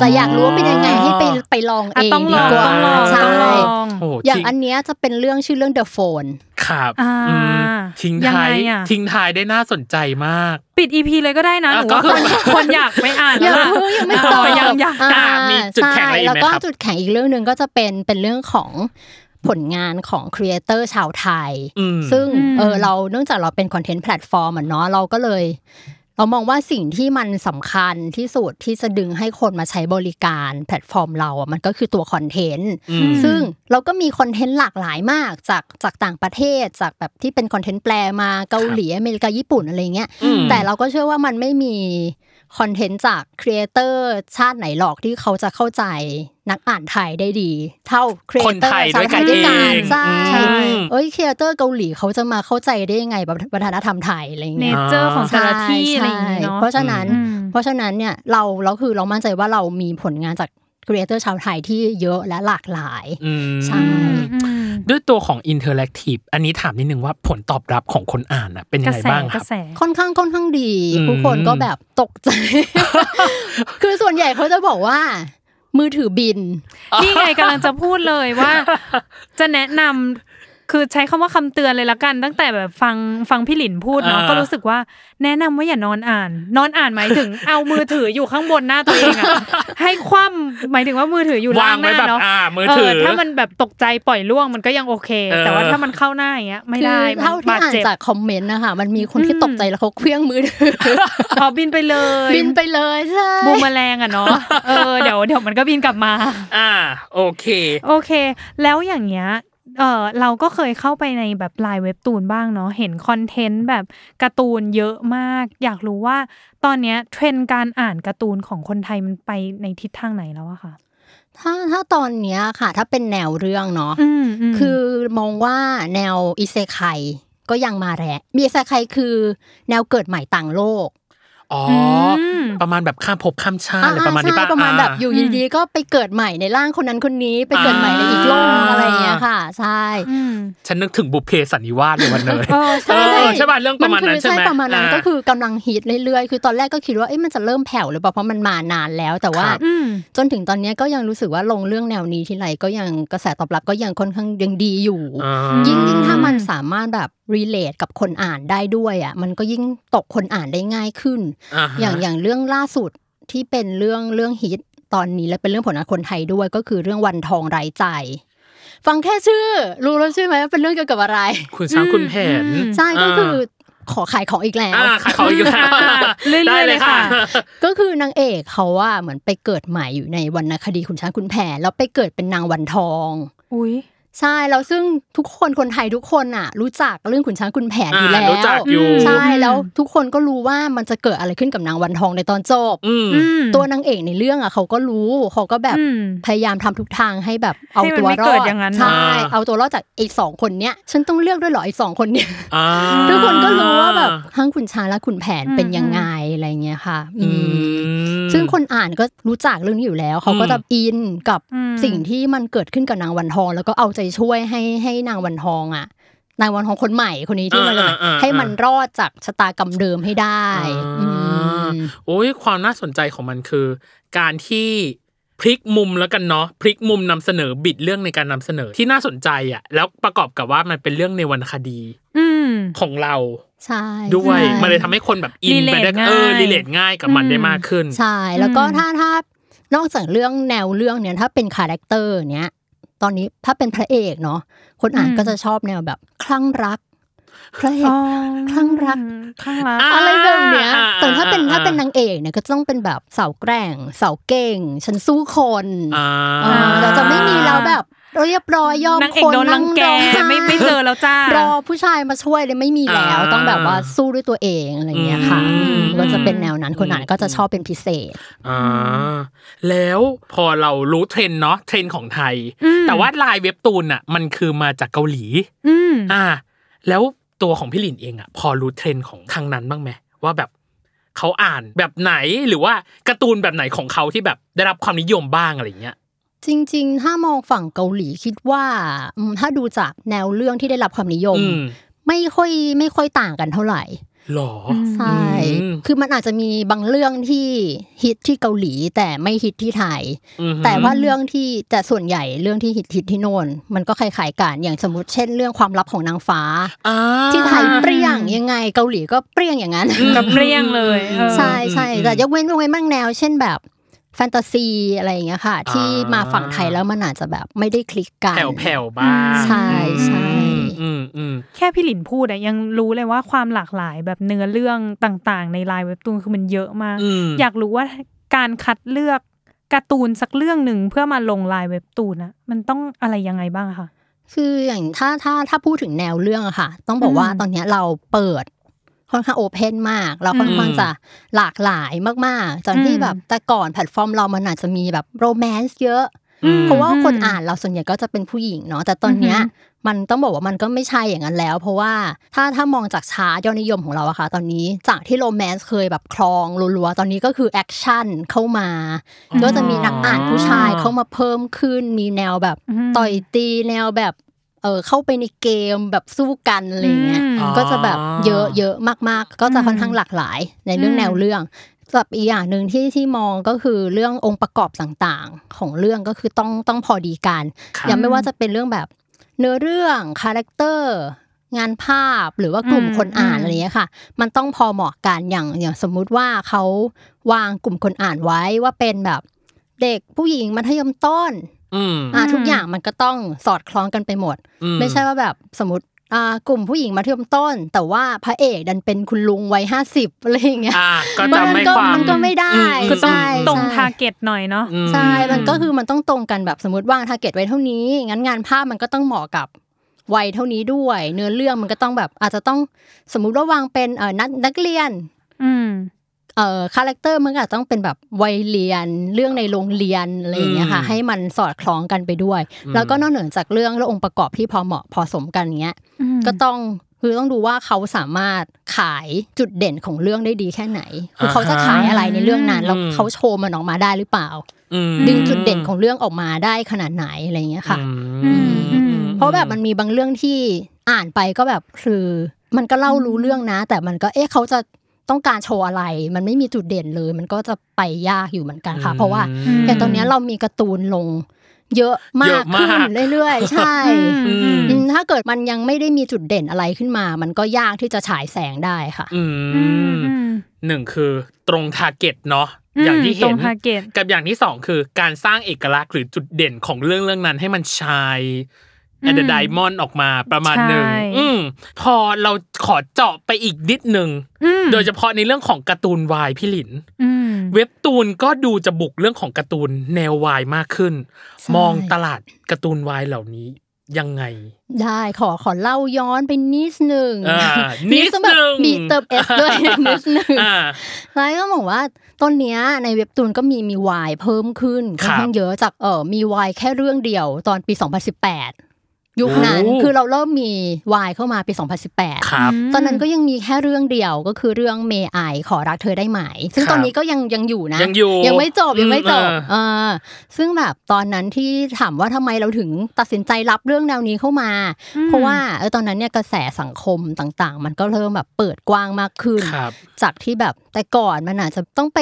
Speaker 4: จะอยากรู้ว่าเป็นยังไงให้ไปไปลองเอ
Speaker 3: อ่ะ
Speaker 4: ง
Speaker 3: ต้องล
Speaker 4: ดี
Speaker 3: อง
Speaker 4: กว่า
Speaker 3: ต้องลอง
Speaker 4: ใช่
Speaker 3: ต้องลอง
Speaker 2: โอ้
Speaker 4: อย่าง
Speaker 2: จริง
Speaker 4: อันเนี้ยจะเป็นเรื่องชื่อเรื่อง The Phone
Speaker 2: ค ครับ
Speaker 3: อ่า
Speaker 2: อืมทิ้งท้าย
Speaker 3: ยังไงอะ
Speaker 2: ทิ้งท้ายได้น่าสนใจมาก
Speaker 3: ปิดอีพีเลยก็ได้นะห
Speaker 2: อ่ะ
Speaker 3: นู
Speaker 2: ก็
Speaker 3: ว่า
Speaker 2: คือ
Speaker 3: คนคนอยากไม่อ่าน
Speaker 4: อ
Speaker 3: แล้ว
Speaker 4: ย่า
Speaker 3: ล่ะ
Speaker 4: เพิ่งยังไม่จ
Speaker 3: อ๋
Speaker 4: บ
Speaker 3: อยังยัง
Speaker 2: อ่ามีจุดแข็งอะไรอีกไหม
Speaker 4: แล้วก็
Speaker 2: ครับ
Speaker 4: จุดแข็งอีกเรื่องหนึ่งก็จะเป็นเป็นเรื่องของผลงานของครีเอเตอร์ชาวไทย
Speaker 2: อืม
Speaker 4: ซึ่ง
Speaker 3: อืม
Speaker 4: เออเราเนื่องจากเราเป็นคอนเทนต์แพลตฟอร์มอ่ะเนาะเราก็เลย เรามองว่าสิ่งที่มันสำคัญที่สุดที่จะดึงให้คนมาใช้บริการแพลตฟอร์มเราอ่ะมันก็คือตัวคอนเทนต์
Speaker 2: อืม
Speaker 4: ซึ่งเราก็มีคอนเทนต์หลากหลายมากจากจากต่างประเทศ จากแบบที่เป็นคอนเทนต์แปลมาเกาหลีอเมริกาญี่ปุ่นอะไรเงี้ย
Speaker 2: อืม
Speaker 4: แต่เราก็เชื่อว่ามันไม่มีคอนเทนต์จากครีเอเตอร์ชาติไหนหรอกที่เขาจะเข้าใจนักอ่านไทยได้ดี เท่าครีเอ
Speaker 2: คน
Speaker 4: เตอ
Speaker 2: ไทย
Speaker 4: ร์
Speaker 2: ด้
Speaker 4: ชาว วย ไท
Speaker 2: กัน
Speaker 4: ย
Speaker 2: เอ
Speaker 4: ด้วยกัน
Speaker 2: ง
Speaker 4: ใช่
Speaker 2: อืม
Speaker 4: เอ้ยครีเอเตอร์เกาหลีเขาจะมาเข้าใจได้ยังไงแบบวัฒนธรรมไทยอะไร
Speaker 3: เน
Speaker 4: เงี้ย
Speaker 3: เจอร์ของแต่ละที่
Speaker 4: ใช่
Speaker 3: อะไรอย่างงี้เนาะ
Speaker 4: เพราะฉะนั้น
Speaker 3: อืม
Speaker 4: เพราะฉะนั้นเนี่ยเราเราคือเรามั่นใจว่าเรามีผลงานจากครีเอเตอร์ชาวไทยที่เยอะและหลากหลาย
Speaker 2: อืม
Speaker 4: ใช่
Speaker 3: อืม
Speaker 2: ด้วยตัวของ Interactive อันนี้ถามนิดนึงว่าผลตอบรับของคนอ่านน่ะเป็น
Speaker 3: ก
Speaker 2: ยัง
Speaker 3: ระ
Speaker 2: ไง
Speaker 3: แส
Speaker 2: บ้างค
Speaker 3: ก
Speaker 2: รั
Speaker 3: ระ
Speaker 2: บ
Speaker 3: แส
Speaker 4: ค่อนข้างค่อนข้างดี
Speaker 2: อืม
Speaker 4: ทุกคนก็แบบตกใจ คือส่วนใหญ่เขาจะบอกว่า มือถือบิน
Speaker 3: นี่ไงกำลังจะพูดเลยว่า (laughs) จะแนะนำคือใช้คำว่าคำเตือนเลยละกัน ตั้งแต่แบบฟังฟังพี่หลินพูดเนาะ
Speaker 2: อ่า
Speaker 3: ก็รู้สึกว่าแนะนำว่าอย่านอนอ่าน นอนอ่านหมายถึง (laughs) เอามือถืออยู่ข้างบนหน้าตัวเองอะ (laughs) ให้คว่ำหมายถึงว่ามือถืออยู่
Speaker 2: วา
Speaker 3: ล่าง งห
Speaker 2: ไว้
Speaker 3: น้า
Speaker 2: แบบ
Speaker 3: เนาะ
Speaker 2: อ่ามือ
Speaker 3: เอ
Speaker 2: ถื
Speaker 3: อ
Speaker 2: อ
Speaker 3: ถ้ามันแบบตกใจปล่อยล่วงมันก็ยังโอเค
Speaker 2: เออ
Speaker 3: แต่ว่าถ้ามันเข้าหน้าอย่างเงี้ยไม่ได้
Speaker 4: คือเท่า
Speaker 3: มัน
Speaker 4: ที่
Speaker 3: บาด
Speaker 4: อ่าน
Speaker 3: เจ็บ
Speaker 4: จากคอมเมนต์นะคะมันมีคนที่
Speaker 3: อืม
Speaker 4: ตกใจแล้วเขาเคลี้ยงมือถือ
Speaker 3: อ๋อบินไปเลย
Speaker 4: บินไปเลยใช่
Speaker 3: บูมแมลงอะเนาะเออเดี๋ยวเดี๋ยวมันก็บินกลับมา
Speaker 2: อ่าโอเค
Speaker 3: โอเค แล้วอย่างเงี้ย เออเราก็เคยเข้าไปในแบบไลน์เว็บตูนบ้างเนาะ เห็นคอนเทนต์แบบการ์ตูนเยอะมาก อยากรู้ว่าตอนเนี้ยเทรนด์การอ่านการ์ตูนของคนไทยมันไปในทิศทางไหนแล้วอะค่ะ
Speaker 4: ถ้าถ้าตอนเนี้ยค่ะ ถ้าเป็นแนวเรื่องเนาะ
Speaker 3: อืมม
Speaker 4: คือมองว่าแนวอิเซไคก็ยังมาแรงมีอิเซไคคือแนวเกิดใหม่ต่างโลก
Speaker 2: อ๋ออ
Speaker 3: ม
Speaker 2: ประมาณแบบข้ามภพข้ามชาติอะไรประมาณนี้
Speaker 4: ใช่
Speaker 2: ป่ะ
Speaker 4: ประมาณแบบ
Speaker 2: อ่
Speaker 4: อยู่
Speaker 3: อืม
Speaker 4: ดีๆก็ไปเกิดใหม่ในร่างคนนั้นคนนี้ไปเกิดใหม่ในอีกโลกอะไรอย่างเงี้ยค่ะ ใช่
Speaker 3: อืม
Speaker 2: ฉันนึกถึงบุพเพสันนิวาสในวันเลย
Speaker 3: เออ
Speaker 2: เอ
Speaker 3: ใช่
Speaker 2: อใช่ป่ะเรื่องประมาณนั้น
Speaker 4: คือ
Speaker 2: ใช่ไหม
Speaker 4: ใช่ประมาณนั้น
Speaker 2: อ่
Speaker 4: ก็คือกำลังฮิตเรื่อยๆ คือตอนแรกก็คิดว่าเอ๊ะมันจะเริ่มแผ่วหรือเปล่าเพราะมันมานานแล้ว แต่ว่า
Speaker 2: ครับ
Speaker 3: อืม
Speaker 4: จนถึงตอนเนี้ยก็ยังรู้สึกว่าลงเรื่องแนวนี้ที่ไรก็ยังกระแสตอบรับก็ยังค่อนข้างยังดีอยู่
Speaker 2: อ่า
Speaker 4: ยิ่งยิ่งถ้ามัน
Speaker 3: อืม
Speaker 4: สามารถแบบรีเลทกับคนอ่านได้ด้วยอ่ะมันก็ยิ่งตกคนอ่านได้ง่ายขึ้น
Speaker 2: ฮะ
Speaker 4: อย่างอย่างเรื่องล่าสุดที่เป็นเรื่องเรื่องฮิตตอนนี้และเป็นเรื่องผลงานคนไทยด้วยก็คือเรื่องวันทองไร้ใจ ฟังแค่ชื่อ รู้แล้วใช่ไหมว่าเป็นเรื่องเกี่ยวกับอะไร
Speaker 2: (laughs) คุณช้างคุณแผน
Speaker 3: อืม
Speaker 4: ใช่ก็คือขอขายของอีกแล้ว
Speaker 2: อ่าขายของอีกแล้ว
Speaker 3: อ่าเรื่อยๆ
Speaker 2: ได้เลยค่ะ
Speaker 3: เลยค่ะ
Speaker 4: (laughs) ก็คือนางเอกเขาว่าเหมือนไปเกิดใหม่อยู่ในวรรณคดีขุนช้างขุนแผนแล้วไปเกิดเป็นนางวันทอง
Speaker 3: อุ้ย
Speaker 4: ใช่แล้วซึ่งทุกคนคนไทยทุกคนอ่ะ รู้จักเรื่องขุนช้างขุนแผนอยู่แล้
Speaker 2: อ่ารู้จัก
Speaker 4: ว
Speaker 2: อยู่
Speaker 4: ใช่แล้วทุกคนก็รู้ว่ามันจะเกิดอะไรขึ้นกับนางวันทองในตอนจบ
Speaker 2: อืม
Speaker 3: อืม
Speaker 4: ตัวนางเอกในเรื่องอ่ะเขาก็รู้เขาก็แบบ
Speaker 3: อืม
Speaker 4: พยายามทำทุกทางให้แบบเอา
Speaker 3: ให้มัน
Speaker 4: ตัว
Speaker 3: ไม่
Speaker 4: ร
Speaker 3: เกิ
Speaker 4: อ
Speaker 3: ด
Speaker 4: ด
Speaker 3: อย่างนั้น
Speaker 4: ใช่
Speaker 2: อ่า
Speaker 4: เอาตัวรอดจากไอ้สองคนเนี้ยฉันต้องเลือกด้วยเหรอไอ้สองคนเนี้ย
Speaker 2: อ่า
Speaker 4: ทุกคนก็รู้ว่าแบบทั้งขุนช้างและขุนแผนเป็นยังไงอะไรเงี้ยค่ะ อื
Speaker 2: อื
Speaker 4: ม
Speaker 2: ม
Speaker 4: ซึ่งคนอ่านก็รู้จักเรื่องนี้อยู่แล้ว เขาก็จะอินกับ
Speaker 3: อืม
Speaker 4: สิ่งที่มันเกิดขึ้นกับนางวันทอง แล้วก็เอาใจช่วยให้ให้นางวันทองอ่ะ นางวันทองคนใหม่คนนี้ที่มัน
Speaker 2: อ่าอ่าอ่า
Speaker 4: ให้มันรอดจากชะตากรรมเดิมให้ได้
Speaker 2: อ่า
Speaker 4: อืม
Speaker 2: โอ้ยความน่าสนใจของมันคือ การที่พลิกมุมแล้วกันเนาะพลิกมุมนำเสนอบิดเรื่องในการนำเสนอที่น่าสนใจอ่ะ แล้วประกอบกับว่ามันเป็นเรื่องในวรรณคดี
Speaker 3: อืม
Speaker 2: ของเรา
Speaker 4: ใช่
Speaker 2: ด้วย
Speaker 4: ใช่
Speaker 2: มันเลยทำให้คนแบบอินไปได้
Speaker 3: Relate ง่าย
Speaker 2: เออรีเลทง่ายกับมันได้มากขึ้น
Speaker 4: ใช่ แล้วก็ถ้าถ้านอกจากเรื่องแนวเรื่องเนี้ยถ้าเป็นคาแรคเตอร์เนี้ย ตอนนี้ถ้าเป็นพระเอกเนาะ คนอ่าน
Speaker 3: อืม
Speaker 4: ก็จะชอบแนวแบบคลั่งรัก พระเอก
Speaker 3: อ๋อ
Speaker 4: คลั่งรัก
Speaker 3: คลั่งรัก
Speaker 2: อ่ะ
Speaker 4: อะไรแบบเนี้ย
Speaker 2: อ่าอ่า
Speaker 4: แต่ถ้าเป็น
Speaker 2: อ่า
Speaker 4: ถ้าเป็นนางเอกเนี่ยก็ต้องเป็นแบบสาวแกร่งสาวเก่ง ฉันสู้คน
Speaker 2: อ่า
Speaker 4: เออเราจะไม่มีแล้วแบบเรียบร้อยยอม
Speaker 3: นางเอ
Speaker 4: ค
Speaker 3: ก
Speaker 4: น
Speaker 3: โดนรังแก
Speaker 4: นั่
Speaker 3: ไม่ไม่เจอแล้วจ้า
Speaker 4: รอผู้ชายมาช่วยเลยไม่มีแล้ว
Speaker 2: อ่า
Speaker 4: ต้องแบบว่าสู้ด้วยตัวเองอะไรอย่างเงี้ยค่ะ
Speaker 2: อืม
Speaker 4: ก็จะเป็นแนวนั้นคนอ่านก็จะชอบเป็นพิเศษ
Speaker 2: อ่าแล้วพอเรารู้เทรนด์เนาะเทรนด์ของไทย
Speaker 3: อืม
Speaker 2: แต่ว่าลายเว็บตูนอ่ะมันคือมาจากเกาหลี
Speaker 3: อืม
Speaker 2: อ่า แล้วตัวของพี่หลินเองอ่ะ พอรู้เทรนด์ของทางนั้นบ้างไหมว่าแบบเขาอ่านแบบไหนหรือว่าการ์ตูนแบบไหนของเขาที่แบบได้รับความนิยมบ้างอะไรเงี้ย
Speaker 4: จริง ๆ ถ้ามองฝั่งเกาหลีคิดว่าอืมถ้าดูจากแนวเรื่องที่ได้รับความนิยม
Speaker 2: อืม
Speaker 4: ไม่ค่อยไม่ค่อยต่างกันเท่าไหร่
Speaker 2: หรอ
Speaker 4: ใช่
Speaker 2: อืม
Speaker 4: คือมันอาจจะมีบางเรื่องที่ฮิตที่เกาหลีแต่ไม่ฮิตที่ไทย
Speaker 2: อือหือ
Speaker 4: แต่ว่าเรื่องที่แต่ส่วนใหญ่เรื่องที่ฮิตฮิตที่โน่นมันก็คล้ายๆกันอย่างสมมติเช่น เรื่องความลับของนางฟ้า
Speaker 2: อ่า
Speaker 4: ที่ไทยเปรี้ยงยังไงเกาหลีก็เปรี้ยงอย่างนั้น
Speaker 2: อืม
Speaker 3: กับเรียงเลยเออ
Speaker 4: ใช่ใช่
Speaker 2: อืม
Speaker 4: แต่ยกเว้นยกเว้นบางแนว เช่นแบบแฟนตาซีอะไรอย่างเงี้ยค่ะ
Speaker 2: อ่า
Speaker 4: ที่มาฝั่งไทยแล้วมันอาจจะแบบไม่ได้คลิกกัน
Speaker 2: แผ่วแผ่วๆบ้าง
Speaker 4: ใช่ใช่
Speaker 2: อืมอืม
Speaker 3: แค่พี่หลินพูดอะยังรู้เลยว่าความหลากหลายแบบเนื้อเรื่องต่างๆ ในลายเว็บตูนคือมันเยอะมาก
Speaker 2: อืม
Speaker 3: อยากรู้ว่าการคัดเลือกการ์ตูนสักเรื่องหนึ่งเพื่อมาลงลายเว็บตูนอะมันต้องอะไรยังไงบ้างอะคะ
Speaker 4: คืออย่างถ้าถ้าถ้าพูดถึงแนวเรื่องอะค่ะ ต้องบอกว่า
Speaker 3: อืม
Speaker 4: ตอนเนี้ยเราเปิดค่อนข้างโอเพนมาก เราค่อนข้างจะหลากหลายมากๆจากที่
Speaker 3: อืม
Speaker 4: แบบแต่ก่อนแพลตฟอร์มเรามันอาจจะมีแบบโรแมนต์เยอะ
Speaker 2: อืม
Speaker 4: เพราะว่าคนอ่านเราส่วนใหญ่ก็จะเป็นผู้หญิงเนาะแต่ตอนเนี้ย
Speaker 3: อือหือ
Speaker 4: มันต้องบอกว่ามันก็ไม่ใช่อย่างนั้นแล้ว เพราะว่าถ้าถ้ามองจากชาร์ตยอดนิยมของเราอะค่ะ ตอนนี้จากที่โรแมนต์เคยแบบครองรัวๆตอนนี้ก็คือแอคชั่นเข้ามา
Speaker 2: อ๋อ
Speaker 4: ก็จะมีนักอ่านผู้ชายเข้ามาเพิ่มขึ้น มีแนวแบบ
Speaker 3: ม
Speaker 4: ต่อยตีแนวแบบเออเข้าไปในเกมแบบสู้กันอะไรอย่างเงี้ย
Speaker 3: อืม
Speaker 4: ก็จะแบบเยอะเยอะมากๆ ก็จะค่อนข้างหลากหลายในเรื่อง
Speaker 3: อืม
Speaker 4: แนวเรื่องกับอีกอย่างหนึ่งที่ที่มองก็คือเรื่ององค์ประกอบต่างๆ ของเรื่องก็คือต้องต้องพอดีกัน
Speaker 2: ครับ
Speaker 4: ยังไม่ว่าจะเป็นเรื่องแบบเนื้อเรื่องคาแรคเตอร์งานภาพหรือว่ากลุ่มคนอ่านอะไรอย่างเงี้ยค่ะ มันต้องพอเหมาะกันอย่างอย่างสมมุติว่าเขาวางกลุ่มคนอ่านไว้ว่าเป็นแบบเด็กผู้หญิงมัธยมต้น
Speaker 2: อืม
Speaker 4: อ่ะ
Speaker 3: อืม
Speaker 4: ทุกอย่างมันก็ต้องสอดคล้องกันไปหมด
Speaker 2: อื
Speaker 4: ไม่ใช่ว่าแบบสมมติอ่ากลุ่มผู้หญิงมัธยมต้น แต่ว่าพระเอกดันเป็นคุณลุงวัยห้าสิบอะไรอย่างเงี้ย
Speaker 2: อ่าก็
Speaker 4: มั
Speaker 2: จะ
Speaker 4: น
Speaker 2: ไม่
Speaker 4: ก็
Speaker 2: ความ
Speaker 4: มันก็ไม่ได้
Speaker 2: อืม
Speaker 3: ก็ต้อง
Speaker 4: ใช่
Speaker 3: ตรง
Speaker 4: ใช่
Speaker 3: ทาร์เก็ตหน่อยเนาะ
Speaker 2: อืม
Speaker 4: ใช่ มันก็คือมันต้องตรงกันแบบสมมติว่างทาร์เก็ตไว้เท่านี้ งั้นงานภาพมันก็ต้องเหมาะกับวัยเท่านี้ด้วย เนื้อเรื่องมันก็ต้องแบบอาจจะต้องสมมุติว่าวางเป็นเอ่อนักนักเรียน
Speaker 3: อืม
Speaker 4: เอ่อคาแรคเตอร์มันก็อาจจะต้องเป็นแบบวัยเรียนเรื่องในโรงเรียนอะไรอย่างเงี้ยค่ะ
Speaker 2: อืม
Speaker 4: ให้มันสอดคล้องกันไปด้วย
Speaker 2: อืม
Speaker 4: แล้วก็นอกเหนือจากเรื่องและองค์ประกอบที่พอเหมาะพอสมกันเงี้ย ก็ต้องคือต้องดูว่าเขาสามารถขายจุดเด่นของเรื่องได้ดีแค่ไหน คือเขาจะขายอะไรในเรื่องนั้นแล้ว
Speaker 2: อืม
Speaker 4: เขาโชว์มันออกมาได้หรือเปล่า
Speaker 2: อืม
Speaker 4: ดึงจุดเด่นของเรื่องออกมาได้ขนาดไหนอะไรอย่างเงี้ยค่ะ
Speaker 2: อืม
Speaker 3: อืม
Speaker 4: เพราะแบบมันมีบางเรื่องที่อ่านไปก็แบบคือ มันก็เล่ารู้เรื่องนะ แต่มันก็เอ๊ะเขาจะต้องการโชว์อะไร มันไม่มีจุดเด่นเลย มันก็จะไปยากอยู่เหมือนกันค่ะ เพราะว่า
Speaker 2: อืม
Speaker 4: อย่างตอนเนี้ยเรามีการ์ตูนลง เยอะมากขึ้
Speaker 2: เยอะ
Speaker 4: น
Speaker 2: มาก
Speaker 4: เรื่อยๆใช่
Speaker 3: อืมอืม
Speaker 4: อืมถ้าเกิดมันยังไม่ได้มีจุดเด่นอะไรขึ้นมา มันก็ยากที่จะฉายแสงได้ค่ะ
Speaker 2: อื
Speaker 3: อืม
Speaker 2: ม
Speaker 3: อืม
Speaker 2: หนึ่งคือตรงทาร์เก็ตเนาะอย่างที่
Speaker 3: ตร
Speaker 2: เห็
Speaker 3: ง
Speaker 2: น
Speaker 3: ทาร์เก็ต
Speaker 2: กับอย่างที่สองคือการสร้างเอกลักษณ์หรือจุดเด่นของเรื่องเรื่องนั้นให้มันชาย
Speaker 3: อื
Speaker 2: แอ
Speaker 3: ม
Speaker 2: ดไดมอนออกมาประมาณหนึ่ง
Speaker 3: ใช่
Speaker 2: อืมพอเราขอเจาะไปอีกนิดหนึ่งโดยเฉพาะในเรื่องของการ์ตูนวายพี่หลิน
Speaker 3: อืม
Speaker 2: เว็บตูนก็ดูจะบุกเรื่องของการ์ตูนแนววายมากขึ้น
Speaker 4: ใช่
Speaker 2: มองตลาดการ์ตูนวายเหล่านี้ยังไง
Speaker 4: ได้ขอขอเล่าย้อนไปนิดหนึ่ง
Speaker 2: อ่า
Speaker 4: (laughs)
Speaker 2: นิ
Speaker 4: นิด
Speaker 2: ด
Speaker 4: ต้อง
Speaker 2: ห
Speaker 4: แบบ
Speaker 2: นึ่ง
Speaker 4: มีเติมเอสด้วย นิดหนึ่ง
Speaker 2: (laughs) อ่า
Speaker 4: แล้วก็บอกว่าตอนเนี้ยในเว็บตูนก็มีมีวายเพิ่มขึ้น
Speaker 2: ค
Speaker 4: ค่
Speaker 2: รั
Speaker 4: อบ นข้างเยอะจากเออมีวายแค่เรื่องเดียวตอนปี 2018 ยุคนั้น
Speaker 2: โอ้
Speaker 4: คือเราเริ่มมีวายเข้ามาปี 2018
Speaker 2: ครับ
Speaker 4: ตอนนั้นก็ยังมีแค่เรื่องเดียวก็คือเรื่องเมไอขอรักเธอได้ไหม ซึ่ง
Speaker 2: ครับ
Speaker 4: ตอนนี้ก็ยังยังอยู่นะ
Speaker 2: ยังอยู่
Speaker 4: ยังไม่จบยังไม่จบ
Speaker 2: อืมเออ
Speaker 4: เออซึ่งแบบตอนนั้นที่ถามว่าทำไมเราถึงตัดสินใจรับเรื่องแนวนี้เข้ามา
Speaker 3: อืม
Speaker 4: เพราะว่าเออตอนนั้นเนี่ยกระแสสังคมต่างๆ มันก็เริ่มแบบเปิดกว้างมากขึ้น
Speaker 2: ครับ
Speaker 4: จากที่แบบแต่ก่อนมันอาจจะต้องไป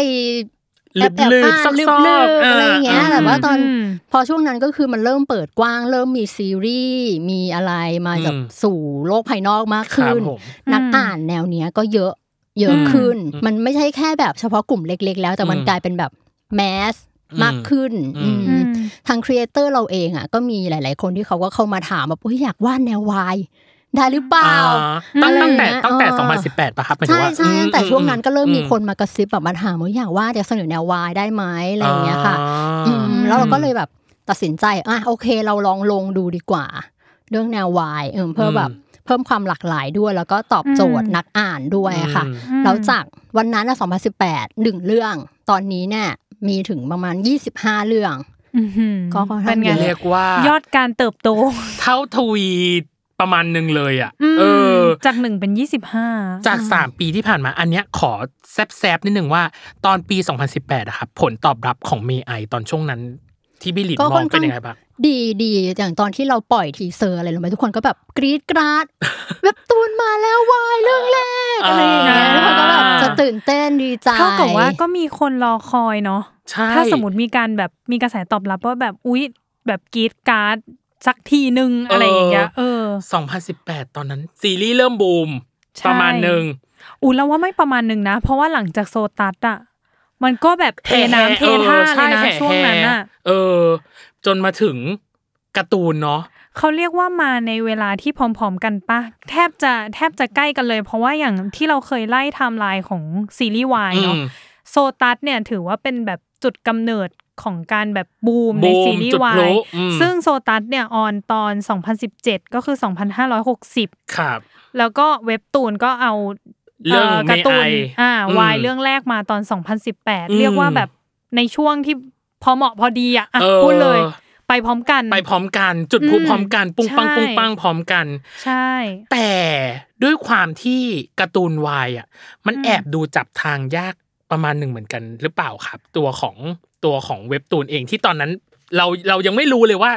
Speaker 2: ลืบๆ
Speaker 4: ๆ
Speaker 2: ซอกๆ
Speaker 4: ลืบๆอะไรอย่างเงี้ย
Speaker 2: อ่า
Speaker 4: แต่ว่าตอน
Speaker 3: อืม
Speaker 4: พอช่วงนั้นก็คือมันเริ่มเปิดกว้าง เริ่มมีซีรีส์มีอะไรมาจาก
Speaker 2: อืม
Speaker 4: สู่โลกภายนอกมาก
Speaker 2: ครับ
Speaker 4: ขึ้น
Speaker 2: ผม
Speaker 4: นัก
Speaker 3: อืม
Speaker 4: อ่านแนวเนี้ยก็เยอะเยอะ
Speaker 2: อืม
Speaker 4: ขึ้น
Speaker 2: อืม
Speaker 4: มันไม่ใช่แค่แบบเฉพาะกลุ่มเล็ก ๆ แล้วแต่มัน
Speaker 2: อืม
Speaker 4: กลายเป็นแบบแมสมากขึ้น
Speaker 2: อืม
Speaker 4: อื
Speaker 3: อื
Speaker 4: ม
Speaker 3: ม
Speaker 4: ทางครีเอเตอร์เราเองอ่ะก็มีหลาย ๆ คนที่เขาก็เข้ามาถามแบบอุ๊ยอยากวาดแนววายได้หรือเปล่า
Speaker 2: อ่ตั้งตั้งแต่
Speaker 4: อะไรอย่างเงี้ย
Speaker 2: ตั้งแต่
Speaker 4: เออ
Speaker 2: 2018ป่ะครับหมายถึง
Speaker 4: ใช่
Speaker 2: ว่า
Speaker 4: ใช่
Speaker 2: อื
Speaker 4: ตั้งแต่ช่วงนั้นก็เริ่มมี
Speaker 2: อื
Speaker 4: คนมากระซิบแบบมาถามว่าอยากวาดอยากเสนอแนววายได้ไหมอะไรอย่างเงี้ยค่ะ อืม
Speaker 2: อ่า
Speaker 4: แล้วเราก็เลยแบบตัดสินใจอ่ะโอเค เราลองลงดูดีกว่า เรื่องแนววายเออเพื่อแบบเพิ่มความหลากหลายด้วย แล้วก็ตอบโจทย์
Speaker 3: อืม
Speaker 4: นักอ่านด้วยอะค่ะ
Speaker 2: อืม
Speaker 4: แล้วจากวันนั้นอะ2018หนึ่งเรื่อง ตอนนี้เนี่ยมีถึงประมาณ 25 เรื่อง
Speaker 3: อื้อหือ
Speaker 4: ก็ค่อนข้าง
Speaker 3: เป็นไง
Speaker 4: เยอะ
Speaker 2: เรียกว่าย
Speaker 3: อดการเติบโต
Speaker 2: เท่าทวีประมาณหนึ่งเลยอ่ะ
Speaker 3: ม
Speaker 2: เออ
Speaker 3: จากหนึ่งเป็นยี่สิบห้า
Speaker 2: จากสามปีที่ผ่านมาอันเนี้ยขอแซบๆนิดหนึ่งว่า ตอนปี 2018อะครับผลตอบรับของเมไอตอนช่วงนั้น ที่พี่หลิน
Speaker 4: ก็
Speaker 2: ม
Speaker 4: ค่
Speaker 2: อ
Speaker 4: องน
Speaker 2: เป็น
Speaker 4: ข้าง
Speaker 2: ยังไงบ้าง
Speaker 4: ดีดีอย่างตอนที่เราปล่อยทีเซอร์อะไรลงไปทุกคนก็แบบกรี๊ดกราด (laughs) เว็บตูนมาแล้ววายเรื่องแรกอะไรอย่างเงี้ย
Speaker 3: อ่า
Speaker 4: ทุกคนก็แบบจะตื่นเต้นดีใจ
Speaker 3: เท่ากับว่าก็มีคนรอคอยเนาะ
Speaker 2: ใช่
Speaker 3: ถ้าสมมติมีการแบบมีกระแสตอบรับว่าแบบอุ๊ยแบบกรีดกราร์ดสักทีนึงอะไรอย่างเงี้ยเออ
Speaker 2: 2018 ตอนนั้น ซีรีส์เริ่มบูม
Speaker 3: ใช่
Speaker 2: ประมาณหนึ่ง
Speaker 3: อุ่นแล้วว่าไม่ประมาณหนึ่งนะ เพราะว่าหลังจากโซตัสอ่ะมันก็แบบเทน้ำเทท่าเลย
Speaker 2: ออ
Speaker 3: นะ
Speaker 2: ใแห่
Speaker 3: ช่วงนั้นอ่ะ
Speaker 2: เออ จนมาถึงการ์ตูนเนาะ
Speaker 3: เขาเรียกว่ามาในเวลาที่พร้อมๆกันปะแทบจะแทบจะใกล้กันเลย เพราะว่าอย่างที่เราเคยไล่ไทม์ไลน์ของซีรีส์วายเนาะ
Speaker 2: อืม
Speaker 3: โซตัสเนี่ยถือว่าเป็นแบบจุดกำเนิดของการแบบบูมใน
Speaker 2: บูม
Speaker 3: ซีรีส์
Speaker 2: จุด
Speaker 3: วา
Speaker 2: พลุ
Speaker 3: ย
Speaker 2: อืม
Speaker 3: ซึ่งโซตัสเนี่ยออนตอน 2017 ก็คือ 2560
Speaker 2: ครับ
Speaker 3: แล้วก็เว็บตูนก็เอา
Speaker 2: เรื่อง May
Speaker 3: การ์ตูน
Speaker 2: I
Speaker 3: อ่า
Speaker 2: อืม
Speaker 3: วายเรื่องแรกมาตอน
Speaker 2: อืม
Speaker 3: 2018 เรียกว่าแบบในช่วงที่พอเหมาะพอดีอ่ะอ่ะ
Speaker 2: ออ
Speaker 3: พูดเลย ไปพร้อมกัน
Speaker 2: ไปพร้อมกัน จุดพลุ
Speaker 3: อืม
Speaker 2: พร้อมกัน ปุ้งปัง
Speaker 3: ใช่
Speaker 2: ปุ้งปังพร้อมกัน
Speaker 3: ใช่
Speaker 2: แต่ด้วยความที่การ์ตูนวายอ่ะ มัน
Speaker 3: อืม
Speaker 2: แอบดูจับทางยากประมาณหนึ่งเหมือนกันหรือเปล่าครับ ตัวของตัวของเว็บตูนเองที่ตอนนั้น เราเรายังไม่รู้เลยว่า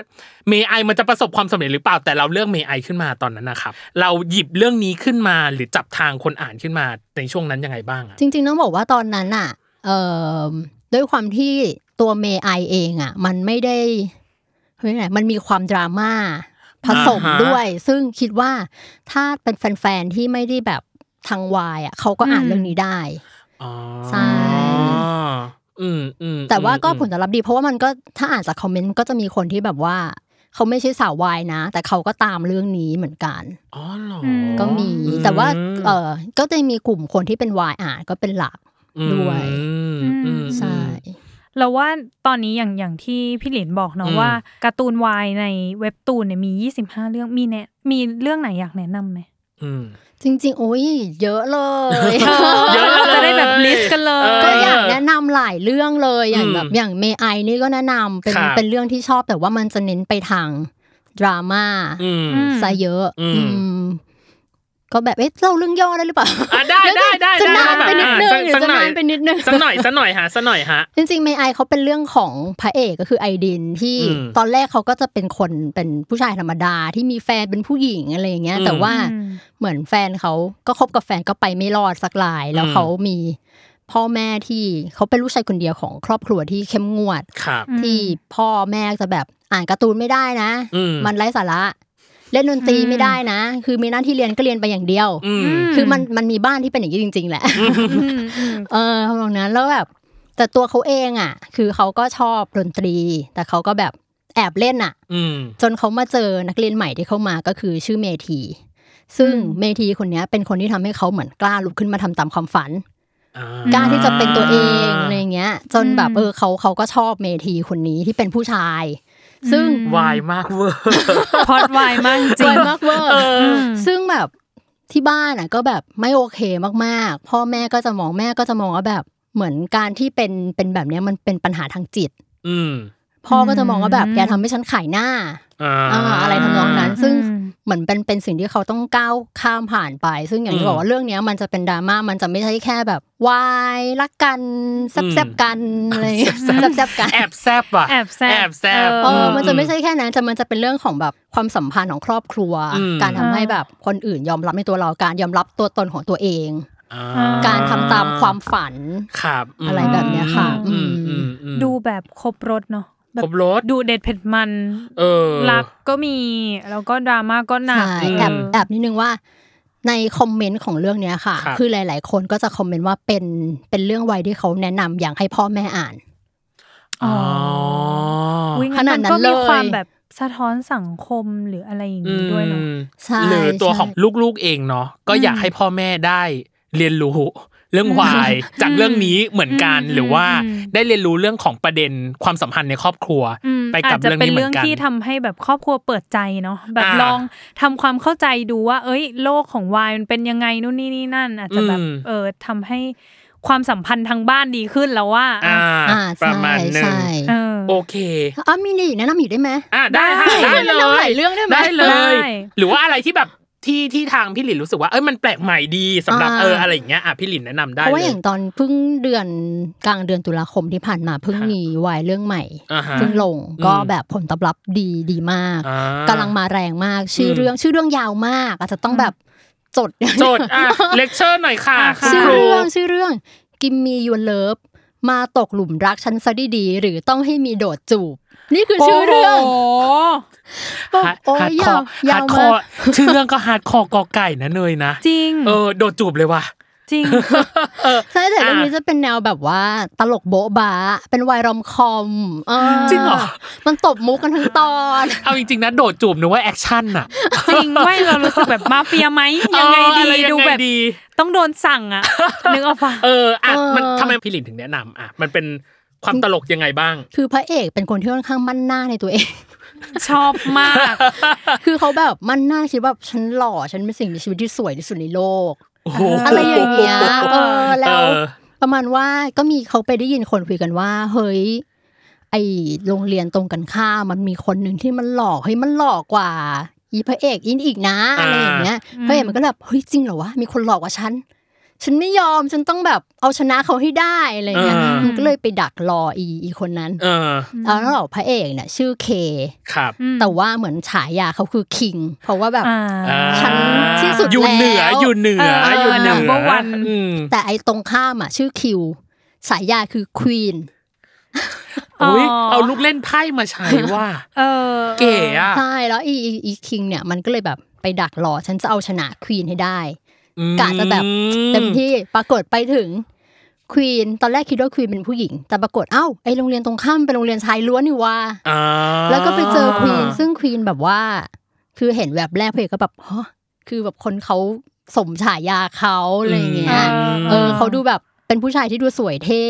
Speaker 2: เมไอมันจะประสบความสำเร็จหรือเปล่าแต่เราเลือกเมไอขึ้นมาตอนนั้นนะครับ เราหยิบเรื่องนี้ขึ้นมาหรือจับทางคนอ่านขึ้นมาในช่วงนั้นยังไงบ้างอะ
Speaker 4: จริงๆต้องบอกว่าตอนนั้นอ่ะเอ่อด้วยความที่ตัวเมไอเองอ่ะ มันไม่ได้เฮ้ยไงมันมีความดราม่าผสม
Speaker 2: อ่าฮะ
Speaker 4: ด้วย ซึ่งคิดว่าถ้าเป็นแฟนๆที่ไม่ได้แบบทางวายอ่ะเขาก็อ่าน
Speaker 3: อืม
Speaker 4: เรื่องนี้ได้
Speaker 2: อ๋อ
Speaker 4: ใช่
Speaker 2: อืมอืม
Speaker 4: แต่ว่าก็
Speaker 2: อืม
Speaker 4: ผลตอบรับดี เพราะว่ามันก็ถ้าอ่านจากคอมเมนต์ก็จะมีคนที่แบบว่า เขาไม่ใช่สาววายนะ แต่เขาก็ตามเรื่องนี้เหมือนกัน
Speaker 2: อ๋อเหรอ
Speaker 3: ม
Speaker 4: ก็มี
Speaker 2: อืม
Speaker 4: แต่ว่าเออก็จะมีกลุ่มคนที่เป็นวายอ่านก็เป็นหลัก ด้วย
Speaker 2: อืมอืม
Speaker 4: ใช่
Speaker 3: เราว่าตอนนี้อย่างอย่างที่พี่หลินบอกเนาะว่าการ์ตูนวายในเว็บตูนเนี่ยมี 25 เรื่องมีแนะมีเรื่องไหนอยากแนะนำไหม
Speaker 2: อืม
Speaker 4: จริง ๆ โอ้ยเยอะเลย
Speaker 2: (laughs) เยอะเลย
Speaker 3: เราจะได้แบบลิสต์กันเลย
Speaker 2: เอ
Speaker 4: ก็อยากแนะนำหลายเรื่องเลยอย่างแบบ
Speaker 2: อืม
Speaker 4: อย่างเมไอนี่ก็แนะนำเป็น
Speaker 2: ครับ
Speaker 4: เป็นเรื่องที่ชอบแต่ว่ามันจะเน้นไปทางดราม่า
Speaker 2: อืม
Speaker 3: ม
Speaker 4: ซะเยอะ
Speaker 2: อืม
Speaker 4: อืมก็แบบเอ๊ะเล่าเรื่องย่อได้หรือเปล่า
Speaker 2: อ่ะได้ได้ได้
Speaker 4: จะ
Speaker 2: ได้
Speaker 4: นานไปนิดนึง
Speaker 2: อ่ะ
Speaker 4: หรือ
Speaker 2: สักหน่อน
Speaker 4: จะาย นไปนิดนึง
Speaker 2: สักหน่อยสักหน่อยฮะสักหน่อยฮะ
Speaker 4: จริงๆเมไอเขาเป็นเรื่องของพระเอกก็คือไอดินที่
Speaker 2: อืม
Speaker 4: ตอนแรกเขาก็จะเป็นคนเป็นผู้ชายธรรมดาที่มีแฟนเป็นผู้หญิงอะไรอย่างเงี้ย
Speaker 2: อืม
Speaker 4: แต่ว่า
Speaker 3: อืม
Speaker 4: เหมือนแฟนเขาก็คบกับแฟนก็ไปไม่รอดสักลาย แล้ว
Speaker 2: อืม
Speaker 4: เขามีพ่อแม่ที่เขาเป็นลูกชายคนเดียวของครอบครัวที่เข้มงวด
Speaker 2: ครับ
Speaker 4: ที่พ่อแม่จะแบบอ่านการ์ตูนไม่ได้นะ
Speaker 2: อืม
Speaker 4: มันไร้สาระ เล่นดนตรี
Speaker 3: อืม
Speaker 4: ไม่ได้นะ คือมีหน้าที่เรียนก็เรียนไปอย่างเดียว
Speaker 2: อืม
Speaker 4: คือมันมันมีบ้านที่เป็นอย่างนี้จริง ๆ แหละ
Speaker 3: อืมอืม
Speaker 4: เออทำนองนั้นแล้วแบบแต่ตัวเขาเองอ่ะ คือเขาก็ชอบดนตรี แต่เขาก็แบบแอบเล่นอ่ะ
Speaker 2: อืม
Speaker 4: จนเขามาเจอนักเรียนใหม่ที่เข้ามาก็คือชื่อเมที ซึ่ง
Speaker 3: อืม
Speaker 4: เมทีคนเนี้ยเป็นคนที่ทำให้เขาเหมือนกล้าลุกขึ้นมาทำตามความฝัน
Speaker 2: อ่
Speaker 4: กล้าที่จะเป็นตัวเองอะไรอย่างเงี้ย จนแบบเออเขาเขาก็ชอบเมทีคนนี้ที่เป็นผู้ชาย ซึ่ง
Speaker 2: วายมากเวอร์
Speaker 3: พอดวายมากจ
Speaker 4: ร
Speaker 3: ริ
Speaker 4: ว
Speaker 3: ง
Speaker 4: ยมากเวอร์
Speaker 2: เออ
Speaker 4: ซึ่งแบบที่บ้านอ่ะก็แบบไม่โอเคมากๆ พ่อแม่ก็จะมองแม่ก็จะมองว่าแบบเหมือนการที่เป็นเป็นแบบเนี้ยมันเป็นปัญหาทางจิต
Speaker 2: อืม
Speaker 4: พ่อก็จะมองว่าแบบ
Speaker 3: อืม
Speaker 4: แกทำให้ฉันขายหน้า
Speaker 2: อ่า
Speaker 4: อ่าอะไรทำนองนั้น ซึ่ง
Speaker 3: อืม
Speaker 4: เหมือนเป็นเป็นสิ่งที่เขาต้องก้าวข้ามผ่านไป ซึ่งอย่างที่บอกว่าเรื่องเนี้ยมันจะเป็นดราม่ามันจะไม่ใช่แค่แบบวายรักกันแซบๆกันอะไรอย่างเงี้ยแซบๆกัน
Speaker 2: แอบแซบว่ะ
Speaker 3: แอบแซบ
Speaker 2: แอบแซบ
Speaker 3: เ
Speaker 4: เออมันจะไม่ใช่แค่นั้นแต่มันจะเป็นเรื่องของแบบความสัมพันธ์ของครอบครัว
Speaker 2: อืม
Speaker 4: การทำให้แบบคนอื่นยอมรับในตัวเรา การยอมรับตัวตนของตัวเอง
Speaker 2: อ่
Speaker 4: การทำตามความฝัน
Speaker 2: ครับม
Speaker 4: อะไรแบบเนี้ยค่ะ
Speaker 2: อืม
Speaker 4: อื
Speaker 2: อื
Speaker 4: ม
Speaker 2: มอืม
Speaker 3: ดูแบบครบรถเนาะแ
Speaker 2: ครบรถ
Speaker 3: ดูเด็ดเผ็ดมัน
Speaker 2: เออ
Speaker 3: รักก็มี แล้วก็ดราม่าก็หนัก
Speaker 4: ใช่แอบ
Speaker 3: เ
Speaker 4: แอบนิดนึงว่าในคอมเมนต์ของเรื่องเนี้ยค่ะ
Speaker 2: ครับ
Speaker 4: คือหลาย ๆ คนก็จะคอมเมนต์ว่าเป็นเป็นเรื่องวัยที่เขาแนะนำอย่างให้พ่อแม่อ่าน
Speaker 2: อ๋อ
Speaker 3: อุ๊ย
Speaker 4: ขนาดนั้น
Speaker 3: มัก็มี
Speaker 4: เลย
Speaker 3: ความแบบสะท้อนสังคมหรืออะไรอย่างนี้ด้วยเนาะ
Speaker 2: อืม
Speaker 4: ใช่
Speaker 2: หรือตัว
Speaker 4: ใช่
Speaker 2: ของลูกๆเองเนาะก็
Speaker 3: อืม
Speaker 2: อยากให้พ่อแม่ได้เรียนรู้เรื่อง
Speaker 3: อืม
Speaker 2: วายจาก
Speaker 3: อืม
Speaker 2: เรื่องนี้เหมือนกัน
Speaker 3: อืม
Speaker 2: หรือว่า
Speaker 3: อืม
Speaker 2: ได้เรียนรู้เรื่องของประเด็นความสัมพันธ์ในครอบครัว
Speaker 3: อืม
Speaker 2: ไป
Speaker 3: อา
Speaker 2: กั
Speaker 3: จ
Speaker 2: บ
Speaker 3: จะ
Speaker 2: เรื่อง
Speaker 3: เป็น
Speaker 2: นี้เหมื
Speaker 3: เรื่อ
Speaker 2: อง นกัน
Speaker 3: ที่ทำให้แบบครอบครัวเปิดใจเนาะแบบ
Speaker 2: อ่า
Speaker 3: ลองทำความเข้าใจดูว่า เอ้ย โลกของวายมันเป็นยังไงนู่นนี่นี่นั่น อาจจะแบบ
Speaker 2: อืม
Speaker 3: เออทำให้ความสัมพันธ์ทางบ้านดีขึ้นแล้วว่า
Speaker 2: อ่า
Speaker 4: อ่า
Speaker 2: ประมาณหนึ่ง
Speaker 4: ใช่
Speaker 3: เอ
Speaker 4: ใช่
Speaker 3: อ
Speaker 2: โอเค
Speaker 4: อ๋อมีนี่แนะนำอยู่ได้ไหม
Speaker 2: อ่ะได้ค่ะ
Speaker 3: ได้
Speaker 2: ได้เล
Speaker 4: แนะนำห
Speaker 2: ย
Speaker 4: ลายเรื่องได้ไหม
Speaker 2: ได้เลย หรือว่าอะไรที่แบบ ที่ที่ทางพี่หลินรู้สึกว่าเอ้ยมันแปลกใหม่ดีสำหรับ
Speaker 4: อ่า
Speaker 2: เอออะไรอย่างเงี้ยอ่ะพี่หลินแนะนำได้
Speaker 4: เพราะว่า
Speaker 2: เล
Speaker 4: อย ย่างตอนเพิ่งเดือนกลางเดือนตุลาคมที่ผ่านมาเพิ่ง
Speaker 2: ฮะ
Speaker 4: มีวายเรื่องใหม่
Speaker 2: อ่าฮะ
Speaker 4: เพิ่งลงก็
Speaker 2: อืม
Speaker 4: แบบผลตอบรับดีดีมาก
Speaker 2: อ่า
Speaker 4: กำลังมาแรงมากชื่ออ
Speaker 2: ม
Speaker 4: เรื่องชื่อเรื่องยาวมาก อาจจะต้องแบบจด
Speaker 2: โจทย์
Speaker 4: (laughs)
Speaker 2: อ่ะเลคเชอร์หน่อยค่ะ
Speaker 3: อ่า
Speaker 2: คุณ
Speaker 4: ชื่อ
Speaker 2: ครู
Speaker 4: เรื่องชื่อเรื่องกิมมียูเลิฟมาตกหลุมรักฉันซะดีๆหรือต้องให้มีโดดจูบ นี่คือชื่อเรื่อง
Speaker 3: โโห
Speaker 4: บอกโอ้ยยาว
Speaker 2: ฮาย
Speaker 4: าว
Speaker 2: ร์ดคอ
Speaker 4: มา
Speaker 2: ร์
Speaker 4: ก
Speaker 2: ชื่อเรื่องก็ฮาร์ดคอร์กอไก่นะเนยนะ
Speaker 3: จริง
Speaker 2: เออโดดจูบเลยว่ะ (laughs)
Speaker 3: จริง
Speaker 2: เออ
Speaker 4: ใช่แต่เรื่อง
Speaker 2: อ่ะ
Speaker 4: นี้จะเป็นแนวแบบว่าตลกโบ๊ะบาเป็นวายรอมคอมเออ
Speaker 2: จริงเหรอ
Speaker 4: มันตบมุกกันทั้งตอน
Speaker 2: เอาจริงๆนะโดดจูบนึกว่าแอคชั่นอะ
Speaker 3: จริงเว้ยเรารู้สึกแบบมาเฟียไหมยังไง
Speaker 2: เออ
Speaker 3: ดี
Speaker 2: อะไรยัง
Speaker 3: ดู
Speaker 2: ไง
Speaker 3: แบบ
Speaker 2: ดี
Speaker 3: ต้องโดนสั่งอะนึกออกปะ
Speaker 2: เอออ่ะมันทำไมพี่หลินถึงแนะนำอ่ะมันเป็นความตลกยังไงบ้าง
Speaker 4: คือพระเอกเป็นคนที่ค่อนข้างมั่นหน้าในตัวเอง
Speaker 3: ชอบมาก
Speaker 4: คือเขาแบบมั่นหน้าคิดว่าฉันหล่อฉันเป็นสิ่งมีชีวิตที่สวยที่สุดในโลก
Speaker 2: โอ้โห
Speaker 3: เ
Speaker 4: อะไรอย่างเงี้ยเออ
Speaker 2: เอ
Speaker 4: แล้ว
Speaker 2: อ
Speaker 4: ประมาณว่าก็มีเขาไปได้ยินคนคุยกันว่า เฮ้ยไอโรงเรียนตรงกันข้ามมันมีคนหนึ่งที่มันหลอกเฮ้ยมันหลอกกว่า อีพระเอกอินอีกนะอะไรอย่างเงี้ย
Speaker 3: อ่า
Speaker 4: พระเอกมันก็แบบเฮ้ยจริงเหรอวะมีคนหลอกกว่าฉันฉันไม่ยอมฉันต้องแบบเอาชนะเขาให้ได้อะไรอย่างเงี้ย
Speaker 2: อ่ามั
Speaker 4: มันก็เลยไปดักรออีอีคนนั้น
Speaker 2: เออ
Speaker 4: เอาแล้วหลอกพระเอกเนี่ยชื่อเค
Speaker 2: ครับ
Speaker 3: อืม
Speaker 4: แต่ว่าเหมือนฉายาเขาคือคิง เพราะว่าแบบ
Speaker 3: อ่า
Speaker 2: อ่า
Speaker 4: ฉันที่สุด
Speaker 2: อยู่เหนือ
Speaker 4: แล้ว
Speaker 2: อยู่เหนือ
Speaker 3: เออ
Speaker 2: อ
Speaker 3: อยู่
Speaker 2: เหนือ
Speaker 3: number one
Speaker 2: อืม
Speaker 4: แต่ไอตรงข้ามอ่ะชื่อคิวฉายาคือควีน
Speaker 3: อ๋อ
Speaker 2: อุ๊ย
Speaker 3: อ
Speaker 2: เอาลูกเล่นไพ่มาใช้ว่า
Speaker 3: เออ
Speaker 2: เก๋อะ
Speaker 4: ใช่แล้วอีอีอีคิงเนี่ยมันก็เลยแบบไปดักรอฉันจะเอาชนะควีนให้ได้ กะจะแบบ เต็มที่ปรากฏไปถึงควีนตอนแรกคิดว่าควีนเป็นผู้หญิง แต่ปรากฏเอ้าไอโรงเรียนตรงข้ามเป็นโรงเรียนชายล้วนนี่ว่า
Speaker 2: อ่า
Speaker 4: แล้วก็ไปเจอควีนซึ่งควีนแบบว่า คือเห็นแวบแรกเพลก็แบบฮะคือแบบคนเขาสมฉายาเขาอะไรอย่างเงี้ย
Speaker 2: ม
Speaker 4: เออเขาดูแบบเป็นผู้ชายที่ดูสวยเท่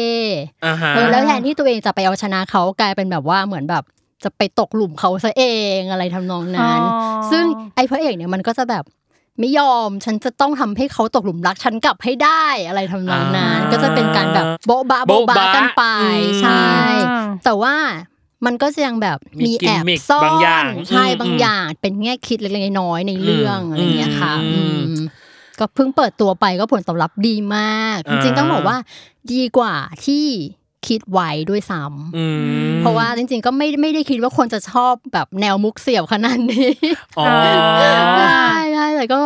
Speaker 2: อ่าฮะ
Speaker 4: เออแล้วแทนที่ตัวเองจะไปเอาชนะเขากลายเป็นแบบว่าเหมือนแบบจะไปตกหลุมเขาซะเองอะไรทำนอง
Speaker 3: อ๋อ
Speaker 4: นั้น ซึ่งไอ้พระเอกเนี่ยมันก็จะแบบไม่ยอมฉันจะต้องทำให้เขาตกหลุมรักฉันกลับให้ได้อะไรทำนองนั้นก็จะเป็นการแบบโบ๊ะบะโบ๊ะบะกันไปใช่
Speaker 3: อ่า
Speaker 4: แต่ว่ามันก็จะยังแบบมีแอบซ่อนใช่บางอย่างเป็นแง่คิดเล็กๆน้อยๆในเรื่องอะไรเงี้ยค่ะก็เพิ่งเปิดตัวไปก็ผลตอบรับดีมาก จริงๆต้องบอกว่าดีกว่าที่คิดไว้ด้วยซ้ำ
Speaker 2: อืม
Speaker 4: เพราะว่าจริงๆก็ไม่ไม่ได้คิดว่าคนจะชอบแบบแนวมุกเสี่ยวขนาดนี้
Speaker 2: อ๋อ
Speaker 4: ใช่ใช่แต่ก็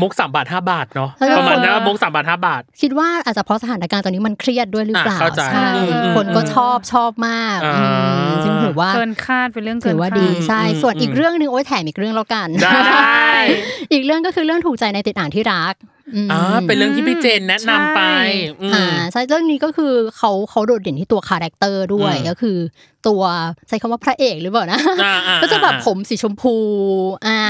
Speaker 2: มุกสามบาทห้าบาทเนาะ
Speaker 4: แล้วก็
Speaker 2: ประมาณนั้นว่ามุกสามบาทห้าบาท
Speaker 4: คิดว่าอาจจะเพราะสถานการณ์ตอนนี้มันเครียดด้วยหรือเปล่า
Speaker 2: อ่ะเข้าใจ
Speaker 4: ใช่
Speaker 2: อืมอืม
Speaker 4: คนก็ชอบชอบมาก
Speaker 2: อ่า
Speaker 4: อืมซึ่งถือว่า
Speaker 3: เกินคาดเป็นเรื่องเกิ
Speaker 4: ถื
Speaker 3: น
Speaker 4: อ
Speaker 3: คา
Speaker 4: ว่า
Speaker 3: ด
Speaker 4: ดีใช่
Speaker 2: อืม
Speaker 4: ส่วน
Speaker 2: อืม
Speaker 4: อีกเรื่องหนึ่งโอ้ยแถมอีกเรื่องแล้วกัน
Speaker 2: ได้
Speaker 4: (laughs) อีกเรื่องก็คือเรื่องถูกใจในติดอ่างที่รักม
Speaker 2: อ่าเป็นเรื่องที่พี่เจนแนะนำไปอืม
Speaker 4: อ่าใช่เรื่องนี้ก็คือเขาเขาโดดเด่นที่ตัวคาแรคเตอร์ด้วย
Speaker 2: อืม
Speaker 4: ก็คือ ตัวใช้คำว่าพระเอกหรือเปล่านะ
Speaker 2: อ่าอ่า
Speaker 4: ก็จะแบบผมสีชมพูอ่า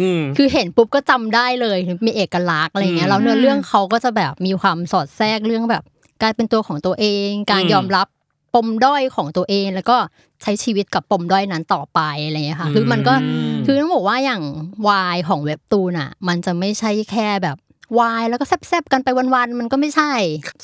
Speaker 2: อืม
Speaker 4: คือเห็นปุ๊บก็จำได้เลยมีเอกลักษณ์อะไรเงี้
Speaker 2: อื
Speaker 4: ย
Speaker 2: ม
Speaker 4: แล้วเนื้อเรื่องเขาก็จะแบบมีความสอดแทรกเรื่องแบบ การเป็นตัวของตัวเอง การ
Speaker 2: อืม
Speaker 4: ยอมรับปมด้อยของตัวเองแล้วก็ใช้ชีวิตกับปมด้อยนั้นต่อไปอะไรเงี้ยค่ะคือมันก็
Speaker 2: อืม
Speaker 4: คือต้องบอกว่าอย่างวายของเว็บตูนอ่ะ มันจะไม่ใช่แค่แบบวายแล้วก็แซบๆกันไปวันๆมันก็ไม่ใช่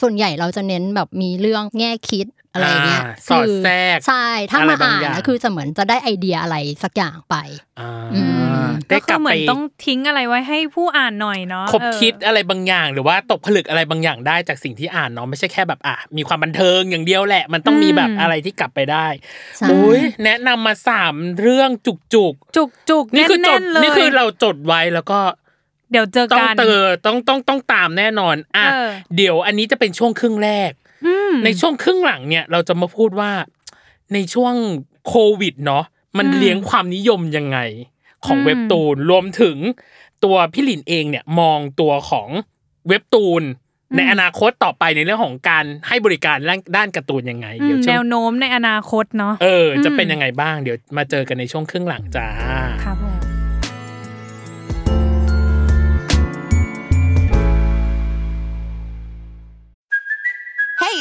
Speaker 4: ส่วนใหญ่เราจะเน้นแบบมีเรื่องแง่คิดอะไรเงี้ย
Speaker 2: อ่าสอดแทรก
Speaker 4: คือใช่ถ้า
Speaker 2: อะไร
Speaker 4: มา
Speaker 2: บาง
Speaker 4: อ่าน
Speaker 2: อย่าง
Speaker 4: นะคือจะเหมือนจะได้ไอเดียอะไรสักอย่างไป
Speaker 2: อ่า
Speaker 4: อืม
Speaker 2: ได้
Speaker 3: ก็
Speaker 2: ก
Speaker 3: คื
Speaker 2: ลั
Speaker 3: อบ เหมื
Speaker 2: ไป
Speaker 3: อนต้องทิ้งอะไรไว้ให้ผู้อ่านหน่อยเนาะ
Speaker 2: คบ
Speaker 3: เออ
Speaker 2: คิดอะไรบางอย่าง หรือว่าตกผลึกอะไรบางอย่างได้จากสิ่งที่อ่านเนาะไม่ใช่แค่แบบอ่ะมีความบันเทิงอย่างเดียวแหละ มันต้องมีแบบอะไรที่กลับไปได้
Speaker 4: ใช่
Speaker 2: อุ้ยแนะนำมาสามเรื่องจุกจุก
Speaker 3: จุกจุก
Speaker 2: ๆนี่คือจ
Speaker 3: แน่
Speaker 2: ด
Speaker 3: นๆเลย
Speaker 2: นี่คือเราจดไว้แล้วก็
Speaker 3: เดี๋ยวเจอ
Speaker 2: ต้อง
Speaker 3: กัน
Speaker 2: เตอต้องต้องต้องตามแน่นอนอ่ะ
Speaker 3: เออ
Speaker 2: เดี๋ยวอันนี้จะเป็นช่วงครึ่งแรก
Speaker 3: อืม
Speaker 2: ในช่วงครึ่งหลังเนี่ยเราจะมาพูดว่าในช่วงโควิดเนาะมัน
Speaker 3: อืม
Speaker 2: เลี้ยงความนิยมยังไง ของ
Speaker 3: อืม
Speaker 2: เว็บตูนรวมถึงตัวพี่หลินเองเนี่ยมองตัวของเว็บตูน ในอนาคตต่อไปในเรื่องของการให้บริการด้านด้านการ์ตูนยังไง
Speaker 3: อื
Speaker 2: เดี๋ยว
Speaker 3: มแน
Speaker 2: ช่ว
Speaker 3: ว
Speaker 2: ง
Speaker 3: โน้มในอนาคตเนาะ
Speaker 2: เอออ
Speaker 3: ม
Speaker 2: จะเป็นยังไงบ้างเดี๋ยวมาเจอกันในช่วงครึ่งหลังจ้า
Speaker 3: ครับผม
Speaker 5: Hey,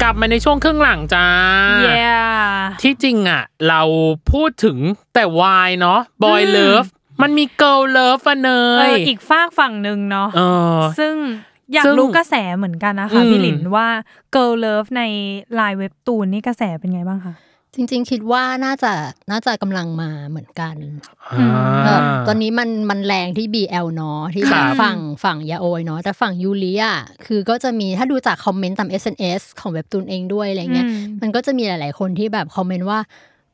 Speaker 2: กลับมาในช่วงครึ่งหลังจ้า
Speaker 3: yeah
Speaker 2: ที่จริงอ่ะ เราพูดถึงแต่วายเนาะบอย
Speaker 3: อืม
Speaker 2: เลิฟมันมีเกิ l ลเลิฟอ่ะเน
Speaker 3: เอย ออีกฝากฝั่งหนึ่งเนาะ
Speaker 2: เออ
Speaker 3: ซึ่งอยาก
Speaker 2: ซึ่ง
Speaker 3: รู้กระแสเหมือนกันนะคะ
Speaker 2: อืม
Speaker 3: พี่หลินว่า Girl Love ในไลน์เว็บตูนนี่กระแสเป็นไงบ้างคะ
Speaker 4: จริง ๆ คิดว่าน่าจะน่าจะกำลังมาเหมือนกัน
Speaker 2: อ่า
Speaker 4: เออตอนนี้มันมันแรงที่ BL เนาะที่
Speaker 2: ครับ
Speaker 4: ฝั่งฝั่งยาโอยเนาะแต่ฝั่งยูริอ่ะคือก็จะมีถ้าดูจากคอมเมนต์ตาม SNS ของเว็บตูนเองด้วยอะไรเงี้ย มันก็จะมีหลาย ๆ คนที่แบบคอมเมนต์ว่า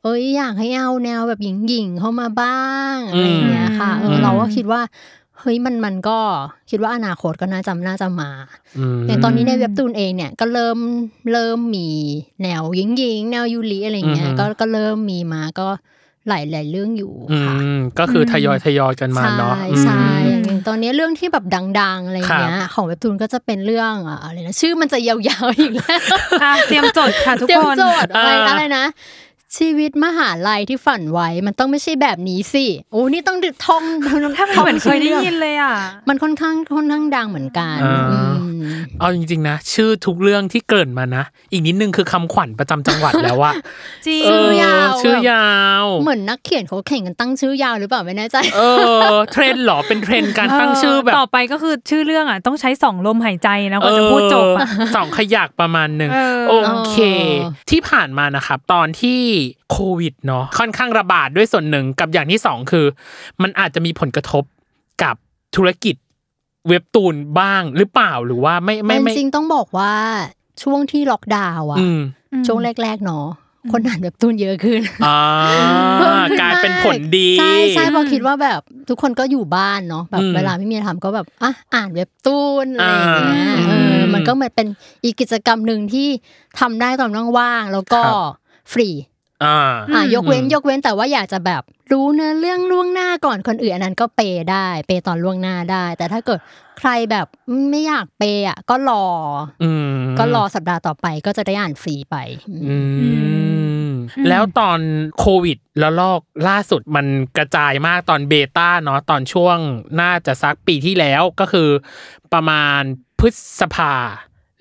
Speaker 4: เอ้ยอยากให้เอาแนวแบบหญิงๆเข้ามาบ้าง
Speaker 2: อืม
Speaker 4: อะไรอย่างเงี้ยค่ะเอออ
Speaker 2: ม
Speaker 4: เราก็คิดว่าเฮ้ยมันมันก็คิดว่าอนาคตก็น่าจะน่าจะมา
Speaker 2: ม
Speaker 4: อย่างตอนนี้ใน
Speaker 3: อืม
Speaker 4: เว็บตูนเองเนี่ยก็เริ่มเริ่มมีแนวหญิงๆแนวยูริอะไรอย่างเงี้ย
Speaker 2: อืม
Speaker 4: ก็ก็เริ่มมีมาก็หลายหลายๆเรื่องอยู่
Speaker 2: อื
Speaker 4: ค่ะ
Speaker 2: มก็คือทยอยทยอยกันมา
Speaker 4: ใช่
Speaker 2: เนาะ
Speaker 4: ใช่
Speaker 2: อืม
Speaker 4: อย่างตอนนี้เรื่องที่แบบดัง ๆ อะไรอย่างเงี้ยของเว็บตูนก็จะเป็นเรื่องอ่ะอะไรนะชื่อมันจะยาวๆอีกแล้ว
Speaker 3: อ่ะเตรียมจดค่ะ (laughs) ทุก
Speaker 4: เตรีย
Speaker 3: ค
Speaker 4: ม
Speaker 3: น
Speaker 4: โจทย์อะไร
Speaker 2: อ่า
Speaker 4: อะไรนะ ชีวิตมหาลัยที่ฝันไว้มันต้องไม่ใช่แบบนี้สิโอ้นี่ต้องดึกท่อง (laughs)
Speaker 3: ถ้ามันเหมือนเคยได้ยินเลยอ่ะ
Speaker 4: มันค่อนข้างค่อนข้างดังเหมือนกัน
Speaker 2: อ่า
Speaker 4: ม
Speaker 2: เอาจริงๆนะชื่อทุกเรื่องที่เกริดมานะ อีกนิดนึงคือคำขวัญประจำจังหวัดแล้วอะ
Speaker 3: จริง
Speaker 2: เอชื่อยาว
Speaker 4: เหมือนนักเขียนเขาแข่งกันตั้งชื่อยาวหรือเปล่าไม่แน่ใจ
Speaker 2: เออ เทรนด์เหรอเป็นเทรนด์การตั้ง
Speaker 3: เ
Speaker 2: ชื่อแบบ
Speaker 3: ต่อไปก็คือชื่อเรื่องอ่ะ ต้องใช้สองลมหายใจนะกว่าจะพูดจบอ่ะ
Speaker 2: เออสองขยักประมาณหนึ่ง
Speaker 3: เออ
Speaker 2: โอเค ที่ผ่านมานะครับ ตอนที่โควิดเนาะค่อนข้างระบาดด้วยส่วนหนึ่งกับอย่างที่สองคือ มันอาจจะมีผลกระทบกับธุรกิจเว็บตูนบ้างหรือเปล่าหรือว่าไม่ไม่ไม่
Speaker 4: จริงๆต้องบอกว่าช่วงที่ล็อกดาวน์อะ
Speaker 2: อืม
Speaker 4: ช่วงแรกๆเนาะคนอ่านเว็บตูนเยอะขึ้น
Speaker 2: อ่า
Speaker 4: เพิ่มขึ้น
Speaker 2: กลาย
Speaker 4: ม
Speaker 2: เป็นผลดี
Speaker 4: ใช่ใช่เพอ
Speaker 3: อืม
Speaker 4: คิดว่าแบบทุกคนก็อยู่บ้านเนาะแบ
Speaker 2: อื
Speaker 4: บ
Speaker 2: ม
Speaker 4: เวลาไม่มีอะไรทำก็แบบอ่ะอ่านเว็บตูนอะไรอย่างเงี้ย
Speaker 2: อ่า
Speaker 4: เออมัน
Speaker 2: อืม
Speaker 4: ก็เหมือนเป็นอีกกิจกรรมหนึ่งที่ทำได้ตอนว่างๆแล้วก็ฟรี
Speaker 2: อ่า
Speaker 4: อ่ะ
Speaker 3: อืม
Speaker 4: ยกเว้น
Speaker 2: อืม
Speaker 4: ยกเว้นแต่ว่าอยากจะแบบรู้เนื้อเรื่องล่วงหน้าก่อนคนอื่นอันนั้นก็เปย์ได้ เปย์ตอนล่วงหน้าได้ แต่ถ้าเกิดใครแบบไม่อยากเปย์อ่ะก็รอ
Speaker 2: อืม
Speaker 4: อก็รอสัปดาห์ต่อไปก็จะได้อ่านฟรีไปอื
Speaker 2: อื
Speaker 4: ม
Speaker 2: มแล้วตอนโควิดแล้วลอกล่าสุดมันกระจายมากตอนเบต้าเนาะตอนช่วงน่าจะสักปีที่แล้วก็คือ ประมาณพฤษภา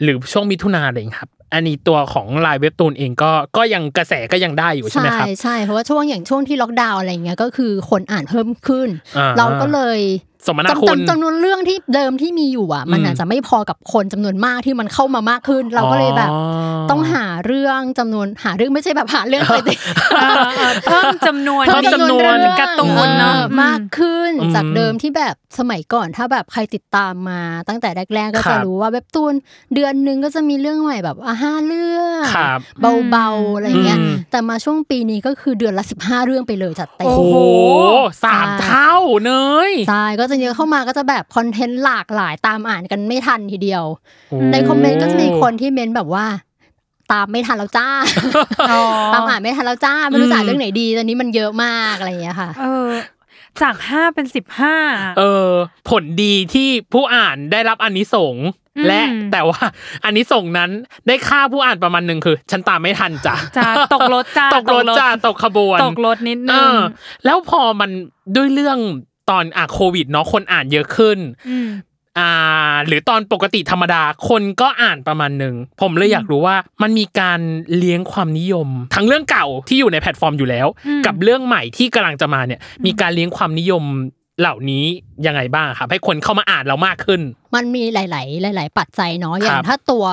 Speaker 2: หรือช่วงมิถุนาอะไรอย่างเงี้ยครับ อันนี้ตัวของลายเว็บตูนเองก็ก็ยังกระแสก็ยังได้อยู่ใช่ไหมครับ
Speaker 4: ใช่เพราะว่าช่วงอย่างช่วงที่ล็อกดาวน์อะไรเงี้ยก็คือคนอ่านเพิ่มขึ้น
Speaker 2: อ่า
Speaker 4: เราก็เลย
Speaker 2: สมนาคุ
Speaker 4: จำ
Speaker 2: ณ
Speaker 4: จำจำนวนเรื่องที่เดิมที่มีอยู่อ่ะ มัน
Speaker 2: อืม
Speaker 4: อาจจะไม่พอกับคนจำนวนมากที่มันเข้ามามากขึ้น เราก็เลยแบบ
Speaker 2: อ๋อ
Speaker 4: ต้องหาเรื่องจำนวนหาเรื่องไม่ใช่แบบหาเรื่องไป
Speaker 2: (laughs)
Speaker 4: ติ
Speaker 3: เออเออเพิ่มจำนวน
Speaker 2: เพิ่มจำนวน
Speaker 3: เรื่องการ์ตูนเนาะ
Speaker 4: ออ
Speaker 3: อื
Speaker 4: มากขึ้น
Speaker 2: อืม
Speaker 4: จากเดิมที่แบบสมัยก่อนถ้าแบบใครติดตามมาตั้งแต่แรก ๆ ก็
Speaker 2: ครั
Speaker 4: จะ
Speaker 2: บ
Speaker 4: รู้ว่าเว็บตูนเดือนหนึ่งก็จะมีเรื่องใหม่แบบอ่ะห้าเรื่อง
Speaker 2: ครับ
Speaker 4: เบาๆอะไรเงี้ย
Speaker 2: อืม
Speaker 4: แต่มาช่วงปีนี้ก็คือเดือนละ 15 เรื่องไปเลยจัดเต็ม
Speaker 3: โอ้
Speaker 2: โอ้โหสาม
Speaker 4: ใช่
Speaker 2: เท่าเนย
Speaker 4: ใช่ก็จะเยอะเข้ามาก็จะแบบคอนเทนต์หลากหลายตามอ่านกันไม่ทันทีเดียว ในคอมเมนต์ก็จะมีคนที่เม้นแบบว่า ตามไม่ทันแล้วจ้า
Speaker 3: อ๋อ
Speaker 4: ตามอ่านไม่ทันแล้วจ้าไม่รู้จะอ่าน
Speaker 2: อืม
Speaker 4: เรื่องไหนดีตอนนี้มันเยอะมากอะไรอย่างเงี้ยค่ะ
Speaker 3: เออ จากห้าเป็นสิบห้า
Speaker 2: เออผลดีที่ผู้อ่านได้รับอันนี้ส่งส์
Speaker 3: อืม
Speaker 2: และแต่ว่าอันนี้ส่งส์นั้นได้ค่าผู้อ่านประมาณหนึ่งคือ ฉันตามไม่ทันจ้ะ
Speaker 3: จ้าตกรถจ้า
Speaker 2: ตกรถจ้าตกขบวน
Speaker 3: ตกรถนิด
Speaker 2: เอ
Speaker 3: นึง
Speaker 2: อแล้วพอมันด้วยเรื่องตอนอ่ะโควิดเนาะคนอ่านเยอะขึ้น
Speaker 3: ม
Speaker 2: อ่า หรือตอนปกติธรรมดาคนก็อ่านประมาณหนึ่งผมเลยอยากรู้ว่ามันมีการเลี้ยงความนิยม ทั้งเรื่องเก่าที่อยู่ในแพลตฟอร์มอยู่แล้ว
Speaker 3: อืม
Speaker 2: กับเรื่องใหม่ที่กำลังจะมาเนี่ย มีการเลี้ยงความนิยมเหล่านี้ยังไงบ้างครับ ให้คนเข้ามาอ่านเรามากขึ้น
Speaker 4: มันมีหลาย ๆ หลาย ๆ ปัจจัยเนาะ อย่า
Speaker 2: ค
Speaker 4: ง
Speaker 2: รับ
Speaker 4: ถ้าตัว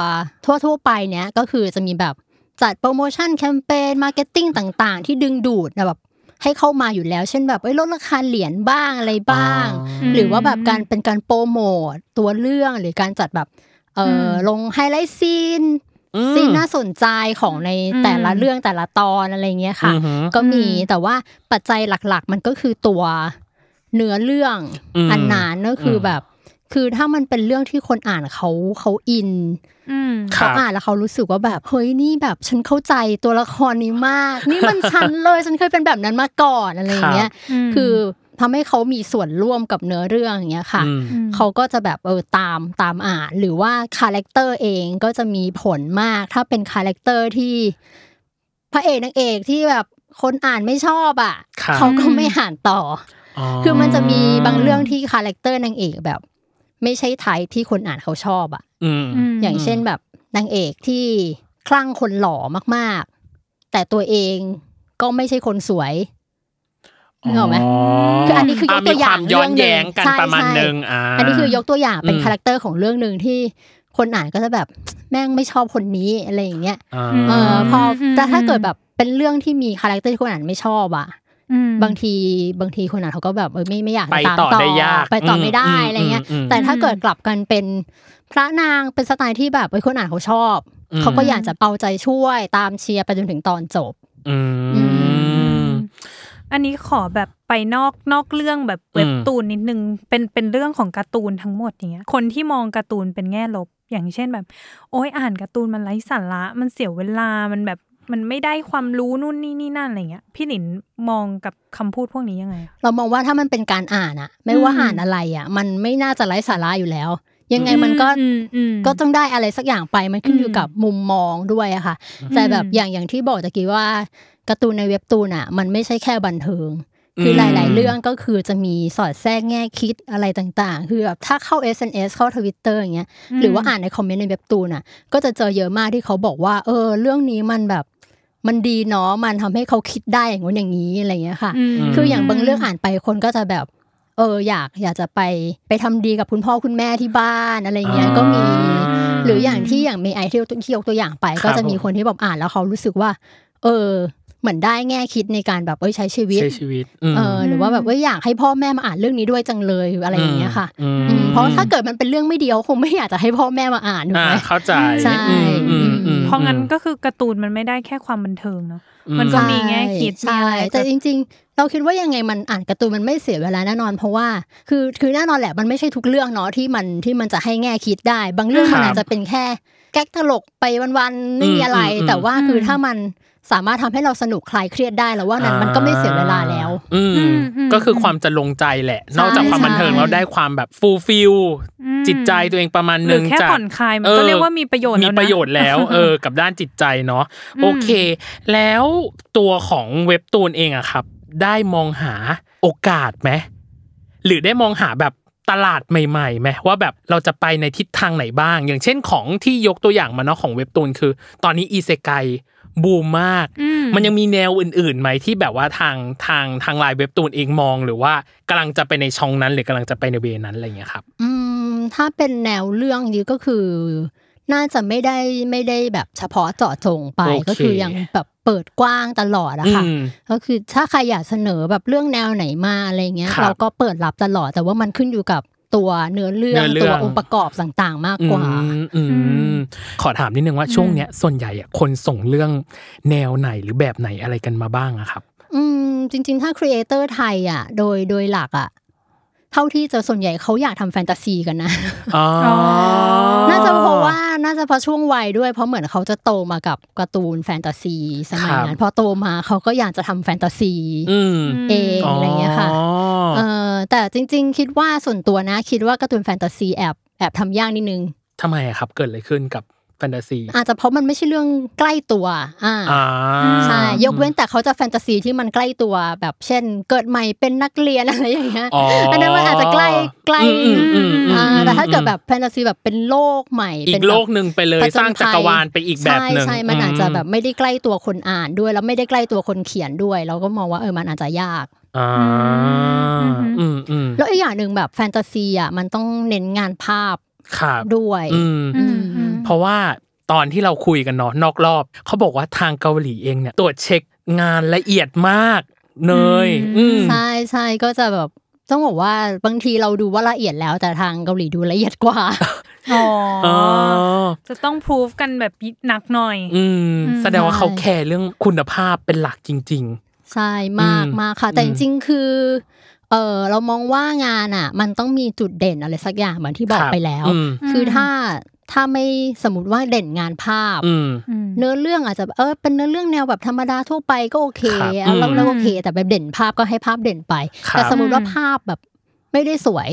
Speaker 4: ทั่ว ๆ ไปเนี้ยก็คือจะมีแบบจัดโปรโมชั่นแคมเปญมาร์เก็ตติ้งต่าง ๆ ที่ดึงดูดแบบให้เข้ามาอยู่แล้ว เช่นแบบเอ้ยลดราคาเหรียญบ้างอะไรบ้าง
Speaker 3: อืม
Speaker 4: หรือว่าแบบการเป็นการโปรโมตตัวเรื่องหรือการจัดแบบเอออ
Speaker 3: ม
Speaker 4: ลงไฮไลท์ซีน
Speaker 2: อืม
Speaker 4: ซีนน่าสนใจของใน
Speaker 3: อืม
Speaker 4: แต่ละเรื่องแต่ละตอนอะไรเงี้ยค่ะ
Speaker 2: อือหือ
Speaker 4: ก็มี
Speaker 3: อืม
Speaker 4: แต่ว่าปัจจัยหลักๆ มันก็คือตัวเนื้อเรื่อง
Speaker 2: อืม
Speaker 4: อันนั้นก็คือ
Speaker 2: ม
Speaker 4: อแบบ คือถ้ามันเป็นเรื่องที่คนอ่านเขาเขาอิน
Speaker 3: อืม
Speaker 2: ครั
Speaker 4: เขา
Speaker 2: บ
Speaker 4: อ่านแล้วเขารู้สึกว่าแบบเฮ้ยนี่แบบฉันเข้าใจตัวละครนี้
Speaker 2: (laughs)
Speaker 4: มาก นี่มันฉันเลยฉันเคยเป็นแบบนั้นมาก่อนอะไรอย่างเงี้ย
Speaker 3: อืม
Speaker 4: คือทำให้เขามีส่วนร่วมกับเนื้อเรื่องอย่างเงี้ยค่ะ
Speaker 2: อืม
Speaker 3: อืม
Speaker 4: เขาก็จะแบบเออตามตามอ่านหรือว่าคาแรคเตอร์เองก็จะมีผลมาก ถ้าเป็นคาแรคเตอร์ที่พระเอกนางเอกที่แบบ คนอ่านไม่ชอบอ่ะ
Speaker 2: ครับ
Speaker 4: เขาก็ไม่อ่านต่อ
Speaker 2: อ๋อ
Speaker 4: อคือมันจะมีบางเรื่องที่คาแรคเตอร์นางเอกแบบ ไม่ใช่ไทยที่คนอ่านเขาชอบอ่ะ
Speaker 2: อืม
Speaker 3: ม
Speaker 4: อย่างเช่นแบบนางเอกที่คลั่งคนหล่อมากๆ แต่ตัวเองก็ไม่ใช่คนสวย นึกออกไหม คืออันนี้คือยกตัวอย่าง
Speaker 2: มีควมย้อนแย้งกัน
Speaker 4: เรื่องหนึ่ง
Speaker 2: ประมาณ
Speaker 4: ใช่ใช่
Speaker 2: หนึ่งอ่า
Speaker 4: อันนี้คือยกตัวอย่างเป็น
Speaker 2: อืม
Speaker 4: คาแรคเตอร์ของเรื่องหนึ่งที่คนอ่านก็จะแบบแม่งไม่ชอบคนนี้อะไรอย่างเงี้ย
Speaker 2: อ่า
Speaker 3: อืม
Speaker 4: เออพอ
Speaker 3: อืม
Speaker 4: แต่ถ้าเกิดแบบเป็นเรื่องที่มีคาแรคเตอร์ที่คนอ่านไม่ชอบอ่ะ
Speaker 3: อืม
Speaker 4: บางทีบางทีคนอ่านเขาก็แบบเออไม่ไม่อยาก
Speaker 2: ไป
Speaker 4: จะาม
Speaker 2: ต่อได้ยาก
Speaker 4: ไปต่ออ
Speaker 2: ม
Speaker 4: ไม่ได้
Speaker 2: ม
Speaker 4: อะไรเงี้ย
Speaker 2: อืม
Speaker 4: แต่ถ้าเกิดกลับกันเป็นพระนางเป็นสไตล์ที่แบบเอ้ยคนอ่านเขาชอบ
Speaker 2: อืม
Speaker 4: เขาก็อยากจะเอาใจช่วยตามเชียร์ไปจนถึงตอนจบ
Speaker 2: อื
Speaker 4: อื
Speaker 2: ม
Speaker 3: อันนี้ขอแบบไปนอกนอกเรื่องแบบเว็บ
Speaker 2: อืม
Speaker 3: ตูนนิดนึงเป็นเป็นเรื่องของการ์ตูนทั้งหมดอย่างเงี้ยคนที่มองการ์ตูนเป็นแง่ลบ อย่างเช่นแบบ โอ้ยอ่านการ์ตูนมันไร้สาระมันเสียเวลามันแบบมันไม่ได้ความรู้นู่นนี่นี่นั่นอะไรเงี้ย พี่หลินมองกับคำพูดพวกนี้ยังไงอะ
Speaker 4: เรามองว่าถ้ามันเป็นการอ่านอะไม่ว่า
Speaker 3: อืม
Speaker 4: อ่านอะไรอะมันไม่น่าจะไร้สาระอยู่แล้ว ยังไงมันก็
Speaker 3: อืมอืม
Speaker 4: ก็ต้องได้อะไรสักอย่างไปมันขึ้นอยู่
Speaker 3: อืม
Speaker 4: กับมุมมองด้วยอะค่ะ แต่แบบอย่างอย่างที่บอกตะกี้ว่าการ์ตูนในเว็บตูนอะมันไม่ใช่แค่บันเทิง คือหลาย ๆ เรื่องก็คือจะมีสอดแทรกแง่คิดอะไรต่าง ๆ คือแบบถ้าเข้า SNS เข้าทวิตเตอร์อย่างเงี้ย
Speaker 3: อืม
Speaker 4: หรือว่าอ่านในคอมเมนต์ในเว็บตูนอ่ะ ก็จะเจอเยอะมากที่เขาบอกว่า เออ เรื่องนี้มันแบบมันดีเนาะมันทำให้เขาคิดได้อย่างงู้นอย่างนี้อะไรอย่างเงี้ยค่ะ
Speaker 3: ม
Speaker 4: คืออย่างบางเรื่องอ่านไปคนก็จะแบบ เอออยากอยากจะไปไปทำดีกับคุณพ่อคุณแม่ที่บ้านอะไรเงี้ย
Speaker 2: อ่า
Speaker 4: ก็มี หรืออย่างที่อย่างเมย์ไอที่ยกตัวที่ยกตัวอย่างไป
Speaker 2: ครับ
Speaker 4: ก็จะมี
Speaker 2: ผม
Speaker 4: คนที่แบบอ่านแล้วเขารู้สึกว่า เออ เหมือนได้แง่คิดในการแบบเอ้ยใช้ชีวิต
Speaker 2: ใช้ชีวิตม
Speaker 4: เออหรือว่าแบบว่าอยากให้พ่อแม่มาอ่านเรื่องนี้ด้วยจังเลยอะไรอย่างเงี้ยค่ะ
Speaker 2: อืม
Speaker 4: อืมเพราะถ้าเกิดมันเป็นเรื่องไม่ดีเขาคงไม่อยากจะให้พ่อแม่มาอ่านถูก
Speaker 2: อ่า
Speaker 4: ไหม
Speaker 2: เข้าใจ
Speaker 4: ใช่
Speaker 2: อืมอืมอืม
Speaker 3: เพราะงั้นก็คือการ์ตูนมันไม่ได้แค่ความบันเทิงเนาะ
Speaker 2: อื
Speaker 3: มันก็ มีแง่คิดมี
Speaker 4: ใช่
Speaker 3: อะไร
Speaker 4: แต่จริง ๆ เราคิดว่ายังไงมันอ่านการ์ตูนมันไม่เสียเวลาแน่นอน เพราะว่าคือคือแน่นอนแหละมันไม่ใช่ทุกเรื่องเนาะที่มันที่มันจะให้แง่คิดได้ บางเรื่อง
Speaker 2: ครับ
Speaker 4: มันอาจจะเป็นแค่แก๊กตลกไปวันๆไม่มีอะไร
Speaker 2: อืมอืม
Speaker 4: แต่ว่าคืออ
Speaker 3: ม
Speaker 4: ถ้ามันสามารถทำให้เราสนุกคลายเครียดได้แล้วว่านั้นมันก็ไม่เสียเวลาแล้ว
Speaker 2: อืม
Speaker 3: อืมอืม
Speaker 2: ก็คือความจะลงใจแหละ นอกจากความบันเทิงแล้วได้ความแบบฟูลฟิล
Speaker 3: อืม
Speaker 2: จิตใจตัวเองประมาณ
Speaker 3: ห
Speaker 2: ห
Speaker 3: รื
Speaker 2: นึ่
Speaker 3: อง แค่
Speaker 2: จาก
Speaker 3: ผ่อนคลายมัน
Speaker 2: เอ
Speaker 3: ก็
Speaker 2: อ
Speaker 3: เรียกว่ามีประโยชน์
Speaker 2: มี
Speaker 3: แล้วน
Speaker 2: ประโยชน์แล้ว เอ
Speaker 3: (laughs)
Speaker 2: อ กับด้านจิตใจเนาะ
Speaker 3: อืม
Speaker 2: โอเค แล้วตัวของเว็บตูนเองอะครับ ได้มองหาโอกาสไหมหรือได้มองหาแบบตลาดใหม่ๆไหมว่าแบบเราจะไปในทิศทางไหนบ้าง อย่างเช่นของที่ยกตัวอย่างมาเนาะของเว็บตูนคือ ตอนนี้อีเซไกบูมมาก
Speaker 3: อื
Speaker 2: มันยังมีแนวอื่นๆไหมที่แบบว่าทางทางทางลายเว็บตูนเองมองหรือว่ากำลังจะไปในช่องนั้นหรือกำลังจะไปในเวนั้นอะไรอย่างเงี้ยครับ
Speaker 4: อืมถ้าเป็นแนวเรื่องนี้ก็คือ น่าจะไม่ได้ไม่ได้แบบเฉพาะเจาะจงไป
Speaker 2: โอเค
Speaker 4: ก็คือยังแบบเปิดกว้างตลอดอะค่ะ
Speaker 2: อืม
Speaker 4: ก็คือถ้าใครอยากเสนอแบบเรื่องแนวไหนมาอะไรเงี้ย
Speaker 2: ครับ
Speaker 4: เราก็เปิดรับตลอดแต่ว่ามันขึ้นอยู่กับตัวเนื้อเรื่อง
Speaker 2: เนื้อเรื่
Speaker 4: ตั
Speaker 2: อ
Speaker 4: ว
Speaker 2: ง
Speaker 4: องค์ประกอบต่างๆ มากกว่า
Speaker 2: อืมอืม
Speaker 3: อืม
Speaker 2: ขอถามนิดนึงว่า
Speaker 3: อืม
Speaker 2: ช่วงเนี้ยส่วนใหญ่อะคนส่งเรื่องแนวไหนหรือแบบไหนอะไรกันมาบ้างอะครับ
Speaker 4: อืมจริงๆ ถ้าครีเอเตอร์ไทยอ่ะ โดยโดยหลักอ่ะ เท่าที่เจอส่วนใหญ่เขาอยากทำแฟนตาซีกันนะ
Speaker 2: อ๋อ
Speaker 4: น่าจะเพราะว่าน่าจะเพราะช่วงวัยด้วย เพราะเหมือนเขาจะโตมากับการ์ตูนแฟนตาซีสมัย
Speaker 2: ครั
Speaker 4: นั้น
Speaker 2: บ
Speaker 4: พอโตมาเขาก็อยากจะทำแฟนตาซี
Speaker 2: อืม
Speaker 4: เองอะไรเงี้ยค่ะ เออแต่จริง ๆ คิดว่าส่วนตัวนะ คิดว่าการ์ตูนแฟนตาซีแอบแอบทำยากนิดนึง
Speaker 2: ทำไมอะครับ เกิดอะไรขึ้นกับแฟนตาซี
Speaker 4: อาจจะเพราะมันไม่ใช่เรื่องใกล้ตัว อ่า
Speaker 2: อ่า
Speaker 4: ใช่ยกเว้นแต่เขาจะแฟนตาซีที่มันใกล้ตัวแบบเช่น เกิดใหม่เป็นนักเรียน อะไรอย่างเงี้ยอันนั้นมันอาจจะใกล้ใกล้
Speaker 2: อืมอืมอืมอืม
Speaker 4: อ่าแต่ถ้าเกิดแบบแฟนตาซีแบบเป็นโลกใหม่
Speaker 2: อี
Speaker 4: เป็
Speaker 2: ก
Speaker 4: นแบบ
Speaker 2: โลกหนึ่งไปเลย
Speaker 4: ผจญภัย
Speaker 2: สร้างจักรวาลไปอีกแบบหนึ่ง
Speaker 4: ใช่ใช่มันอาจจะแบบไม่ได้ใกล้ตัวคนอ่านด้วย แล้วไม่ได้ใกล้ตัวคนเขียนด้วย เราก็มองว่าเออมันอาจจะยาก
Speaker 2: อ่าอืมอืม
Speaker 4: แล้วอีกอย่างหนึ่งแบบแฟนตาซีอ่ะมันต้องเน้นงานภาพ
Speaker 2: ครับ
Speaker 4: ด้วย
Speaker 2: อืม
Speaker 3: อืมอืม
Speaker 2: เพราะว่าตอนที่เราคุยกันเนาะนอกรอบ เขาบอกว่าทางเกาหลีเองเนี่ยตรวจเช็คงานละเอียดมากเนยอื
Speaker 3: อืม
Speaker 2: ม
Speaker 4: ใช่ใช่ก็จะแบบต้องบอกว่าบางทีเราดูว่าละเอียดแล้วแต่ทางเกาหลีดูละเอียดก
Speaker 2: (laughs)
Speaker 4: ว่า
Speaker 3: อ๋ออ
Speaker 2: อ๋อ
Speaker 3: จะต้องพูฟกันแบบหนักหน่อย
Speaker 2: อืม
Speaker 3: อืม
Speaker 2: แสดงว่าเขาแคร์เรื่องคุณภาพเป็นหลักจริง
Speaker 4: ใช่มาก
Speaker 2: อืม
Speaker 4: มากค่ะ แต่
Speaker 2: อื
Speaker 4: จ
Speaker 2: ม
Speaker 4: ริงๆคือเออเรามองว่างานอ่ะ มันต้องมีจุดเด่นอะไรสักอย่างเหมือนที่บอก
Speaker 2: ครับ
Speaker 4: ไปแล้ว
Speaker 2: อืม
Speaker 4: คือถ้าถ้าไม่สมมติว่าเด่นงานภาพ
Speaker 2: ๆ อืม
Speaker 3: อืม
Speaker 4: เนื้อเรื่องอาจจะเออเป็นเนื้อเรื่องแนวแบบธรรมดาทั่วไปก็โอเค
Speaker 2: ครับ
Speaker 4: อ่ะเราเรา
Speaker 3: อืม
Speaker 4: โอเค แต่แบบเด่นภาพก็ให้ภาพเด่นไป
Speaker 2: ครับ
Speaker 4: แต่สมมติว่า
Speaker 3: อืม
Speaker 4: ภาพแบบไม่ได้สวย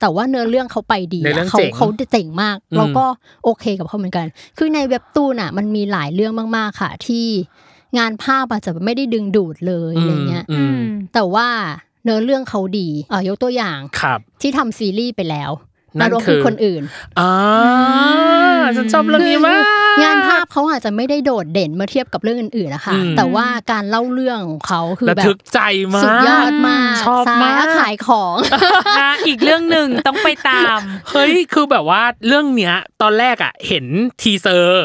Speaker 4: แต่ว่าเนื้อเรื่องเขาไปดี
Speaker 2: เนื้อเรื่อ
Speaker 4: อะ
Speaker 2: ง
Speaker 4: เขา
Speaker 2: เจ๋ง
Speaker 4: เขาเจ๋งมาก
Speaker 2: อืม
Speaker 4: เราก็โอเคกับเขาเหมือนกัน คือในเว็บตูนอ่ะ มันมีหลายเรื่องมากๆค่ะ ที่ งานภาพอาจจะไม่ได้ดึงดูดเลยอะไรเงี้ย
Speaker 2: อื
Speaker 3: อื
Speaker 2: ม
Speaker 3: ม
Speaker 4: แต่ว่าเนื้อเรื่องเขาดีเออยกตัวอย่าง
Speaker 2: ครับ
Speaker 4: ที่ทำซีรีส์ไปแล้ว
Speaker 2: นั่
Speaker 4: มาน รวม
Speaker 2: คื
Speaker 4: ถึง
Speaker 2: อ
Speaker 4: คนอื่น
Speaker 2: อ่าฉันชอบเรื่องนี้มาก
Speaker 4: คืองานภาพเขาอาจจะไม่ได้โดดเด่นเมื่อเทียบกับเรื่องอื่นๆนะคะ
Speaker 2: อืม
Speaker 4: แต่ว่าการเล่าเรื่องของเขาคือ
Speaker 2: ระ
Speaker 4: แบ
Speaker 2: ทึ
Speaker 4: บ
Speaker 2: กใจมา
Speaker 4: สุด
Speaker 2: ก
Speaker 4: ยอดมาก
Speaker 2: ชอบมาก
Speaker 4: ซ้ยขายของ (laughs)
Speaker 3: อ่ะอีกเรื่องหนึ่ง (laughs) ต้องไปตาม
Speaker 2: เฮ้ยคือแบบว่าเรื่องเนี้ย ตอนแรกอ่ะ เห็นทีเซอร์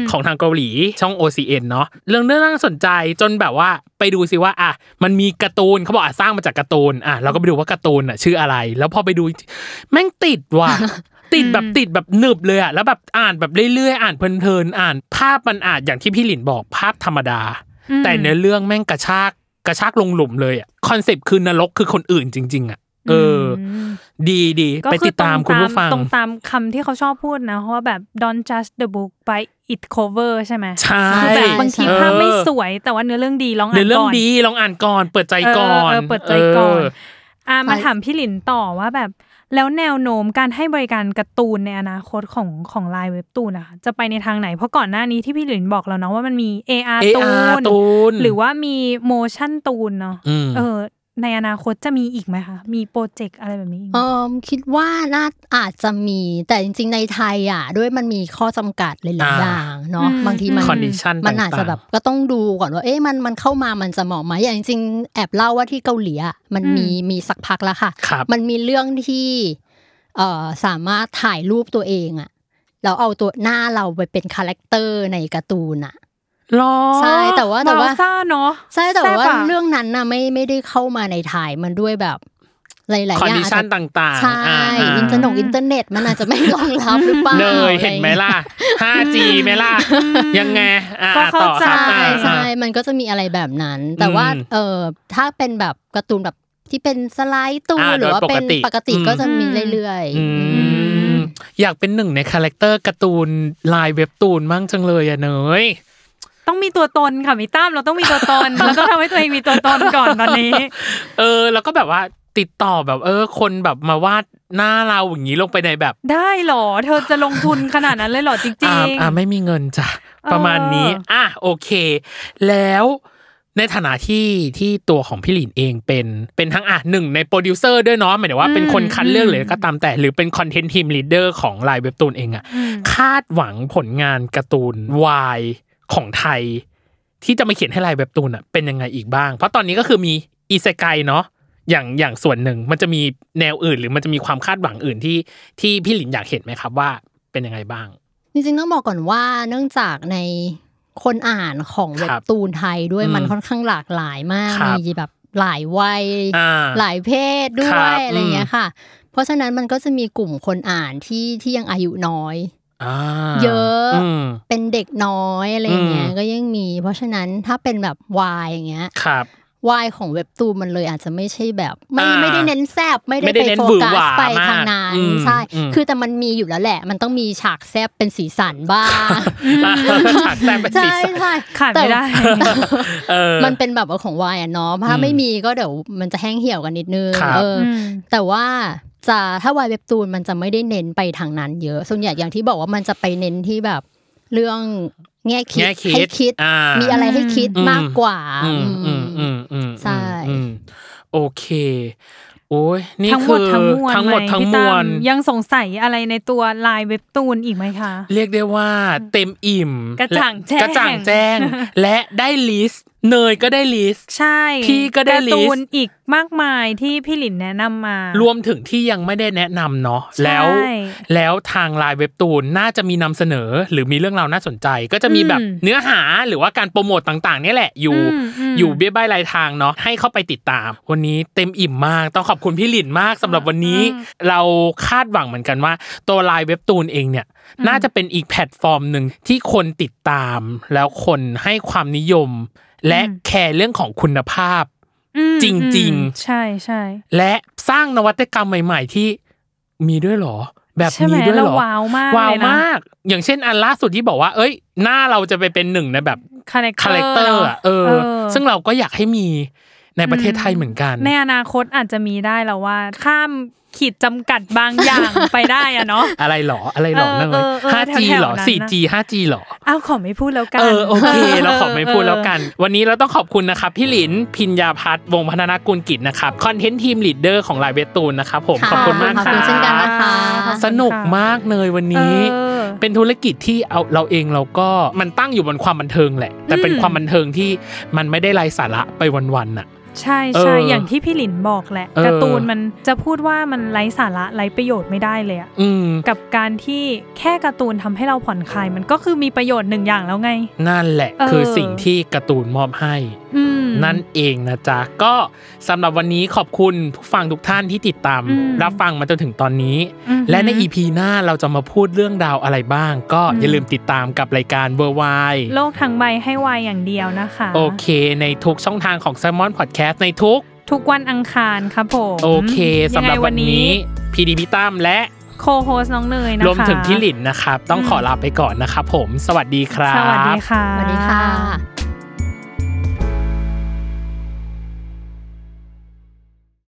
Speaker 3: ม
Speaker 2: ของทางเกาหลีช่อง OCN เนาะเรื่องเรื่องน่าสนใจจนแบบว่าไปดูสิว่าอ่ะมันมีการ์ตูนเขาบอกอ่ะสร้างมาจากการ์ตูนอ่ะเราก็ไปดูว่าการ์ตูนอ่ะชื่ออะไร แล้วพอไปดูแม่งติด
Speaker 3: (laughs)
Speaker 2: ว่ะ ติดแบบติดแบบหนึบเลยอ่ะแล้วแบบอ่านแบบเรื่อยๆอ่านเพลินๆอ่านภาพมันอ่านอย่างที่พี่หลินบอกภาพธรรมดา
Speaker 3: อืม
Speaker 2: แต่เนื้อเรื่องแม่งกระชากกระชากลงหลุมเลยอ่ะคอนเซปต์คือนรกคือคนอื่นจริง ๆอ่ะเอออ
Speaker 3: ม
Speaker 2: ดีดี
Speaker 3: ก็
Speaker 2: ไป
Speaker 3: คือ
Speaker 2: ติดตามคุณผู้ฟัง
Speaker 3: ตรงตามคำที่เขาชอบพูดนะ เพราะว่าแบบ don't judge the book by its cover ใช่ไหม
Speaker 2: ใช่
Speaker 3: คือแบบบางที
Speaker 2: เออ
Speaker 3: ภาพไม่สวยแต่ว่าเนื้อเรื่องดีลองอ่านก่
Speaker 2: เนื้อน
Speaker 3: อ
Speaker 2: เรื่องดีลองอ่านก่อนเปิดใจ
Speaker 3: เออ
Speaker 2: ก่อน
Speaker 3: เออเปิดใจก่อน
Speaker 2: เ
Speaker 3: อ่ะมา
Speaker 4: ใช่
Speaker 3: ถามพี่หลินต่อว่าแบบ แล้วแนวโน้มการให้บริการการ์ตูนในอนาคตของของไลน์เว็บตูนนะคะจะไปในทางไหน เพราะก่อนหน้านี้ที่พี่หลินบอกแล้วเนาะว่ามันมี AR ตู
Speaker 2: AR
Speaker 3: น
Speaker 2: ตูน
Speaker 3: หรือว่ามี motion ตูนเนาะ
Speaker 2: ม
Speaker 3: เออ ในอนาคตจะมีอีกไหมคะมีโปรเจกต์อะไรแบบนี้อีกไหม
Speaker 4: เอมคิดว่าน่าอาจจะมีแต่จริง ๆ ในไทยอ่ะ ด้วยมันมีข้อจำกัดหลายๆอย่างเนาะ
Speaker 3: อืม
Speaker 4: บางทีมัน
Speaker 2: คอนดิชัน
Speaker 4: มันอาจจะแบบก็ต้องดูก่อนว่า เอ๊ะมันมันเข้ามามันจะเหมาะไหมอย่างจริงๆแอบเล่าว่าที่เกาหลีอ่ะมันมีมีสักพักแล้วค่ะ
Speaker 2: ครับ
Speaker 4: มันมีเรื่องที่เอ่อสามารถถ่ายรูปตัวเองอะแล้วเอาตัวหน้าเราไปเป็นคาแรคเตอร์ในการ์ตูนอะ
Speaker 2: หรอ
Speaker 4: ใช่แต่ว่าแต่ว่า
Speaker 3: เมซ่าเนาะ
Speaker 4: ใช่แต่ว่า
Speaker 3: ซ่บะ
Speaker 4: เรื่องนั้นน่ะไม่ไม่ได้เข้ามาในไทยมันด้วยแบบหลาย
Speaker 2: ค
Speaker 4: ๆ
Speaker 2: อน
Speaker 4: อย่า
Speaker 2: ดิ
Speaker 4: งอาจ
Speaker 2: ชัน
Speaker 4: จะ
Speaker 2: ต่าง
Speaker 4: ใช่
Speaker 2: ๆาา
Speaker 4: อินเทอร์เน็ตอินเทอร์เน็ตมันอาจจะไม่รองรับหรือเปล่า
Speaker 2: เนย
Speaker 4: อะไร
Speaker 2: เห็นไหมล่ะ 5G ไหมล่ะ ยังไงอ่ะ
Speaker 3: ก็เข้า
Speaker 2: ต่อครับ
Speaker 3: ใจ
Speaker 4: ใช่
Speaker 2: อ่า
Speaker 4: ใช่ มันก็จะมีอะไรแบบนั้น แต่
Speaker 2: อืม
Speaker 4: ว่าเออถ้าเป็นแบบการ์ตูนแบบที่เป็นสไลด์ตูน
Speaker 2: อ่า
Speaker 4: หรือว่า
Speaker 2: โดยปก
Speaker 4: เป็น
Speaker 2: ติ
Speaker 4: ปกติ
Speaker 2: อืม
Speaker 4: ก็จะมีเรื่อย
Speaker 2: อืมอยากเป็นหนึ่งในคาแรคเตอร์การ์ตูนลายเว็บตูนมั่งจังเลยอะเนย
Speaker 3: ต้องมีตัวตนค่ะพี่ตั้มเราต้องมีตัวตน (laughs) เราต้องทำให้ตัวเองมีตัวตนก่อนตอน
Speaker 2: (laughs)
Speaker 3: นี้
Speaker 2: เออ แล้วก็แบบว่าติดต่อแบบเออ คนแบบมาวาดหน้าเราอย่างนี้ลงไปในแบบ
Speaker 3: ได้เหรอ เธอจะลงทุนขนาดนั้นเลยเหรอจริ
Speaker 2: อ่าง อ่าไม่มีเงินจ้ะ
Speaker 3: เออ
Speaker 2: ประมาณนี้ อ่ะโอเค แล้วในฐานะที่ที่ตัวของพี่หลินเองเป็นเป็นทั้งอ่ะหนึ่งในโปรดิวเซอร์ด้วยเนาะหมายถึงว่าเป็นคนคัดเลือกเลยก็ตามแต่หรือเป็นคอนเทนต์ทีมลีดเดอร์ของลายเว็บตูนเองอะ
Speaker 3: ๆอืม
Speaker 2: คาดหวังผลงานการ์ตูนวายของไทย ที่จะมาเขียนให้ลายเว็บตูนอ่ะเป็นยังไงอีกบ้าง เพราะตอนนี้ก็คือมีอีเซไกเนาะอย่างอย่างส่วนหนึ่งมันจะมีแนวอื่น หรือมันจะมีความคาดหวังอื่นที่ที่พี่หลินอยากเห็นไหมครับว่าเป็นยังไงบ้าง
Speaker 4: ๆ จริงๆต้องบอกก่อนว่าเนื่องจากในคนอ่านของเว็
Speaker 2: ครับ บ
Speaker 4: ตูนไทยด้วย
Speaker 2: อืม
Speaker 4: มันค่อนข้างหลากหลายมาก
Speaker 2: ครับ
Speaker 4: มีแบบหลายวัย
Speaker 2: อ่า
Speaker 4: หลายเพศด้
Speaker 2: ครั
Speaker 4: ว
Speaker 2: บ
Speaker 4: ยอะไรอย่างเงี้
Speaker 2: อื
Speaker 4: ย
Speaker 2: ม
Speaker 4: ค่ะ เพราะฉะนั้นมันก็จะมีกลุ่มคนอ่านที่ที่ยังอายุน้อย
Speaker 2: อ่า
Speaker 4: เยอะ
Speaker 2: ม
Speaker 4: เป็นเด็กน้อยอะไรอย่างเงี้ย
Speaker 2: อืม
Speaker 4: ก็ยังมี เพราะฉะนั้นถ้าเป็นแบบวายอย่างเงี้ย
Speaker 2: ครับ
Speaker 4: วายของเว็บตูนมันเลยอาจจะไม่ใช่แบบ ไม่
Speaker 2: อ่า
Speaker 4: ไม่ได้เน้นแซบไม่
Speaker 2: ไม่
Speaker 4: ได้
Speaker 2: ได้
Speaker 4: ไป
Speaker 2: เน้น
Speaker 4: โฟ
Speaker 2: หวือ
Speaker 4: กั
Speaker 2: ห
Speaker 4: ส
Speaker 2: วามาก
Speaker 4: ไปทางนั้น
Speaker 2: อืม
Speaker 4: ใช่
Speaker 2: อืม
Speaker 4: คือแต่มันมีอยู่แล้วแหละ มันต้องมีฉากแซบเป็นสีสันบ้าง
Speaker 2: ฉากแซ่บเป็นสี
Speaker 4: ใช่
Speaker 2: สัน
Speaker 4: ใช่
Speaker 3: ขาด
Speaker 4: แต่
Speaker 3: ไม่ได้
Speaker 2: เออ
Speaker 4: (laughs) มันเป็นแบบว่าของวายอ่ะเนาะถ้าไม่มีก็เดี๋ยวมันจะแห้งเหี่ยวกันนิดนึง
Speaker 2: ครับ
Speaker 4: เอออ
Speaker 3: อืม
Speaker 4: แต่ว่าจะถ้าวายเว็บตูนมันจะไม่ได้เน้นไปทางนั้นเยอะ ส่วนใหญ่อย่างที่บอกว่ามันจะไปเน้นที่แบบเรื่องแง่คิด
Speaker 2: แง่คิด
Speaker 4: ให้คิด
Speaker 2: อ่ามี
Speaker 4: มีอะไรให้คิด
Speaker 2: อืม
Speaker 4: มากกว่า
Speaker 2: อืม
Speaker 4: อื
Speaker 2: อื
Speaker 4: ม
Speaker 2: มอืมอืม
Speaker 4: ใช่
Speaker 2: อืมโอเค โอ้ยนี่
Speaker 3: ทั้งหม
Speaker 2: คื
Speaker 3: ด
Speaker 2: อ
Speaker 3: ทั้งมวล
Speaker 2: ทั้งหมด
Speaker 3: ไห
Speaker 2: ทั้ง
Speaker 3: พี่
Speaker 2: ม
Speaker 3: ตั้
Speaker 2: วล
Speaker 3: ยังสงสัยอะไรในตัวลายเว็บตูนอีกไหมคะ
Speaker 2: เรียกได้ว่าเต็มอิ่ม
Speaker 3: กระจ่างแจ้ง
Speaker 2: กระจ่างแจ้ง และได้ลิสต์เนยก็ได้ลิสต์
Speaker 3: ใช่
Speaker 2: พี่ก็ได้
Speaker 3: การ์ตูน
Speaker 2: list
Speaker 3: อีกมากมายที่พี่หลินแนะนำมาร ร
Speaker 2: วมถึงที่ยังไม่ได้แนะนำเนาะ
Speaker 3: ใช่
Speaker 2: แล้ว แล้วทางไลน์เว็บตูนน่าจะมีนำเสนอ หรือมีเรื่องราวน่าสนใจ ก็จะมี
Speaker 3: อืม
Speaker 2: แบบเนื้อหาหรือว่าการโปรโมตต่างๆ เนี่ยแหละอยู่
Speaker 3: อืมอืม
Speaker 2: อยู่เบี้ยใบายรายทางเนาะให้เข้าไปติดตาม วันนี้เต็มอิ่มมากต้องขอบคุณพี่หลินมากสำหรับวันนี้ เราคาดหวังเหมือนกันว่า ตัวไลน์เว็บตูนเองเนี่ย น่าจะเป็นอีกแพลตฟอร์มหนึ่งที่คนติดตาม แล้วคนให้ความนิยม และแคร์เรื่องของคุณภาพ
Speaker 3: อืม
Speaker 2: จริง
Speaker 3: ๆใช่ใช่
Speaker 2: และสร้างนวัตกรรมใหม่ ๆ ที่มีด้วยเหรอ แบบ
Speaker 3: ใช่ไหม
Speaker 2: นี้ด้วย
Speaker 3: เรา
Speaker 2: เหรอ
Speaker 3: ว้าวมาก
Speaker 2: ว้าว
Speaker 3: เลยนะ
Speaker 2: มาก อย่างเช่นอันล่าสุดที่บอกว่า เอ้ย หน้าเราจะไปเป็นหนึ่งในแบบ
Speaker 3: คาแรค
Speaker 2: คาแรคเต
Speaker 3: เต
Speaker 2: อ
Speaker 3: อ
Speaker 2: ร์
Speaker 3: ร์
Speaker 2: อะเออ ซึ่งเราก็อยากให้มี ในประเทศไทยเหมือนกัน
Speaker 3: ในอนาคตอาจจะมีได้แล้วว่า ข้ามขีดจำกัดบางอย่าง ไปได้อะ
Speaker 2: (laughs)
Speaker 3: เนาะ
Speaker 2: อะไรหรออะไรหรอ
Speaker 3: เออ
Speaker 2: นั่งเลย
Speaker 3: เออเออ
Speaker 2: 5G
Speaker 3: แถวๆ
Speaker 2: หรอ
Speaker 3: นั้นนะ
Speaker 2: 4G 5G หรอ
Speaker 3: อ้าวขอไม่พูดแล้วกัน
Speaker 2: เออโอเค เราขอไม่พูด
Speaker 3: เ
Speaker 2: แล้วกัน วันนี้เราต้องขอบคุณนะครับ พี่หลินพิญญาพัฒน์วงศ์พัฒนากุลกิจนะครับคอนเทนต์ทีมลีดเดอร์ของลายเวตูนนะครับผม
Speaker 4: ค่ะ
Speaker 2: ขอบคุณมาก
Speaker 4: ขอบ
Speaker 2: ครั
Speaker 4: คุ
Speaker 2: บ
Speaker 4: ณเช่นกันนะคะ
Speaker 3: ขอบคุณ
Speaker 2: สนุก
Speaker 3: ค่ะ
Speaker 2: มากเลยวันนี้
Speaker 3: เออ
Speaker 2: เป็นธุรกิจที่เอาเราเองเราก็มันตั้งอยู่บนความบันเทิงแหละ แต่เป็น
Speaker 3: อืม
Speaker 2: ความบันเทิงที่มันไม่ได้ไร้สาระไปวันๆน่ะ
Speaker 3: ใช่
Speaker 2: เอ
Speaker 3: ใช่
Speaker 2: อ
Speaker 3: อย่างที่พี่หลินบอกแหละ
Speaker 2: เออ
Speaker 3: การ์ตูนมันจะพูดว่ามันไร้สาระไร้ประโยชน์ไม่ได้เลยอะ
Speaker 2: อืม
Speaker 3: กับการที่แค่การ์ตูนทำให้เราผ่อนคลายมันก็คือมีประโยชน์หนึ่งอย่างแล้วไง
Speaker 2: นั่นแหละ
Speaker 3: เออ
Speaker 2: คือสิ่งที่การ์ตูนมอบให้
Speaker 3: อืม
Speaker 2: นั่นเองนะจ๊ะ ก็สำหรับวันนี้ขอบคุณผู้ฟังทุกท่านที่ติดตาม
Speaker 3: อืม
Speaker 2: รับฟังมาจนถึงตอนนี้
Speaker 3: อืม
Speaker 2: และใน EP หน้าเราจะมาพูดเรื่องดาวอะไรบ้าง ก็
Speaker 3: อืม
Speaker 2: อย่าลืมติดตามกับรายการเบอร์ไว
Speaker 3: โลกทั้งใบให้วายอย่างเดียวนะคะ
Speaker 2: โอเค ในทุกช่องทางของ s ซ l m o n Podcast ในทุก
Speaker 3: ทุกวันอังคารครับผม
Speaker 2: โอเคสำหรับ
Speaker 3: ยังไง
Speaker 2: วันนี้พีดีพิตั้มและ
Speaker 3: โคโฮสน้องเนยนะคะ
Speaker 2: รวมถึงพี่หลินนะครับ ต้อง
Speaker 3: อืม
Speaker 2: ขอลาไปก่อนนะครับผม สวัสดีครับ
Speaker 3: สวัสดีค่ะ
Speaker 4: สวัสดีค่ะ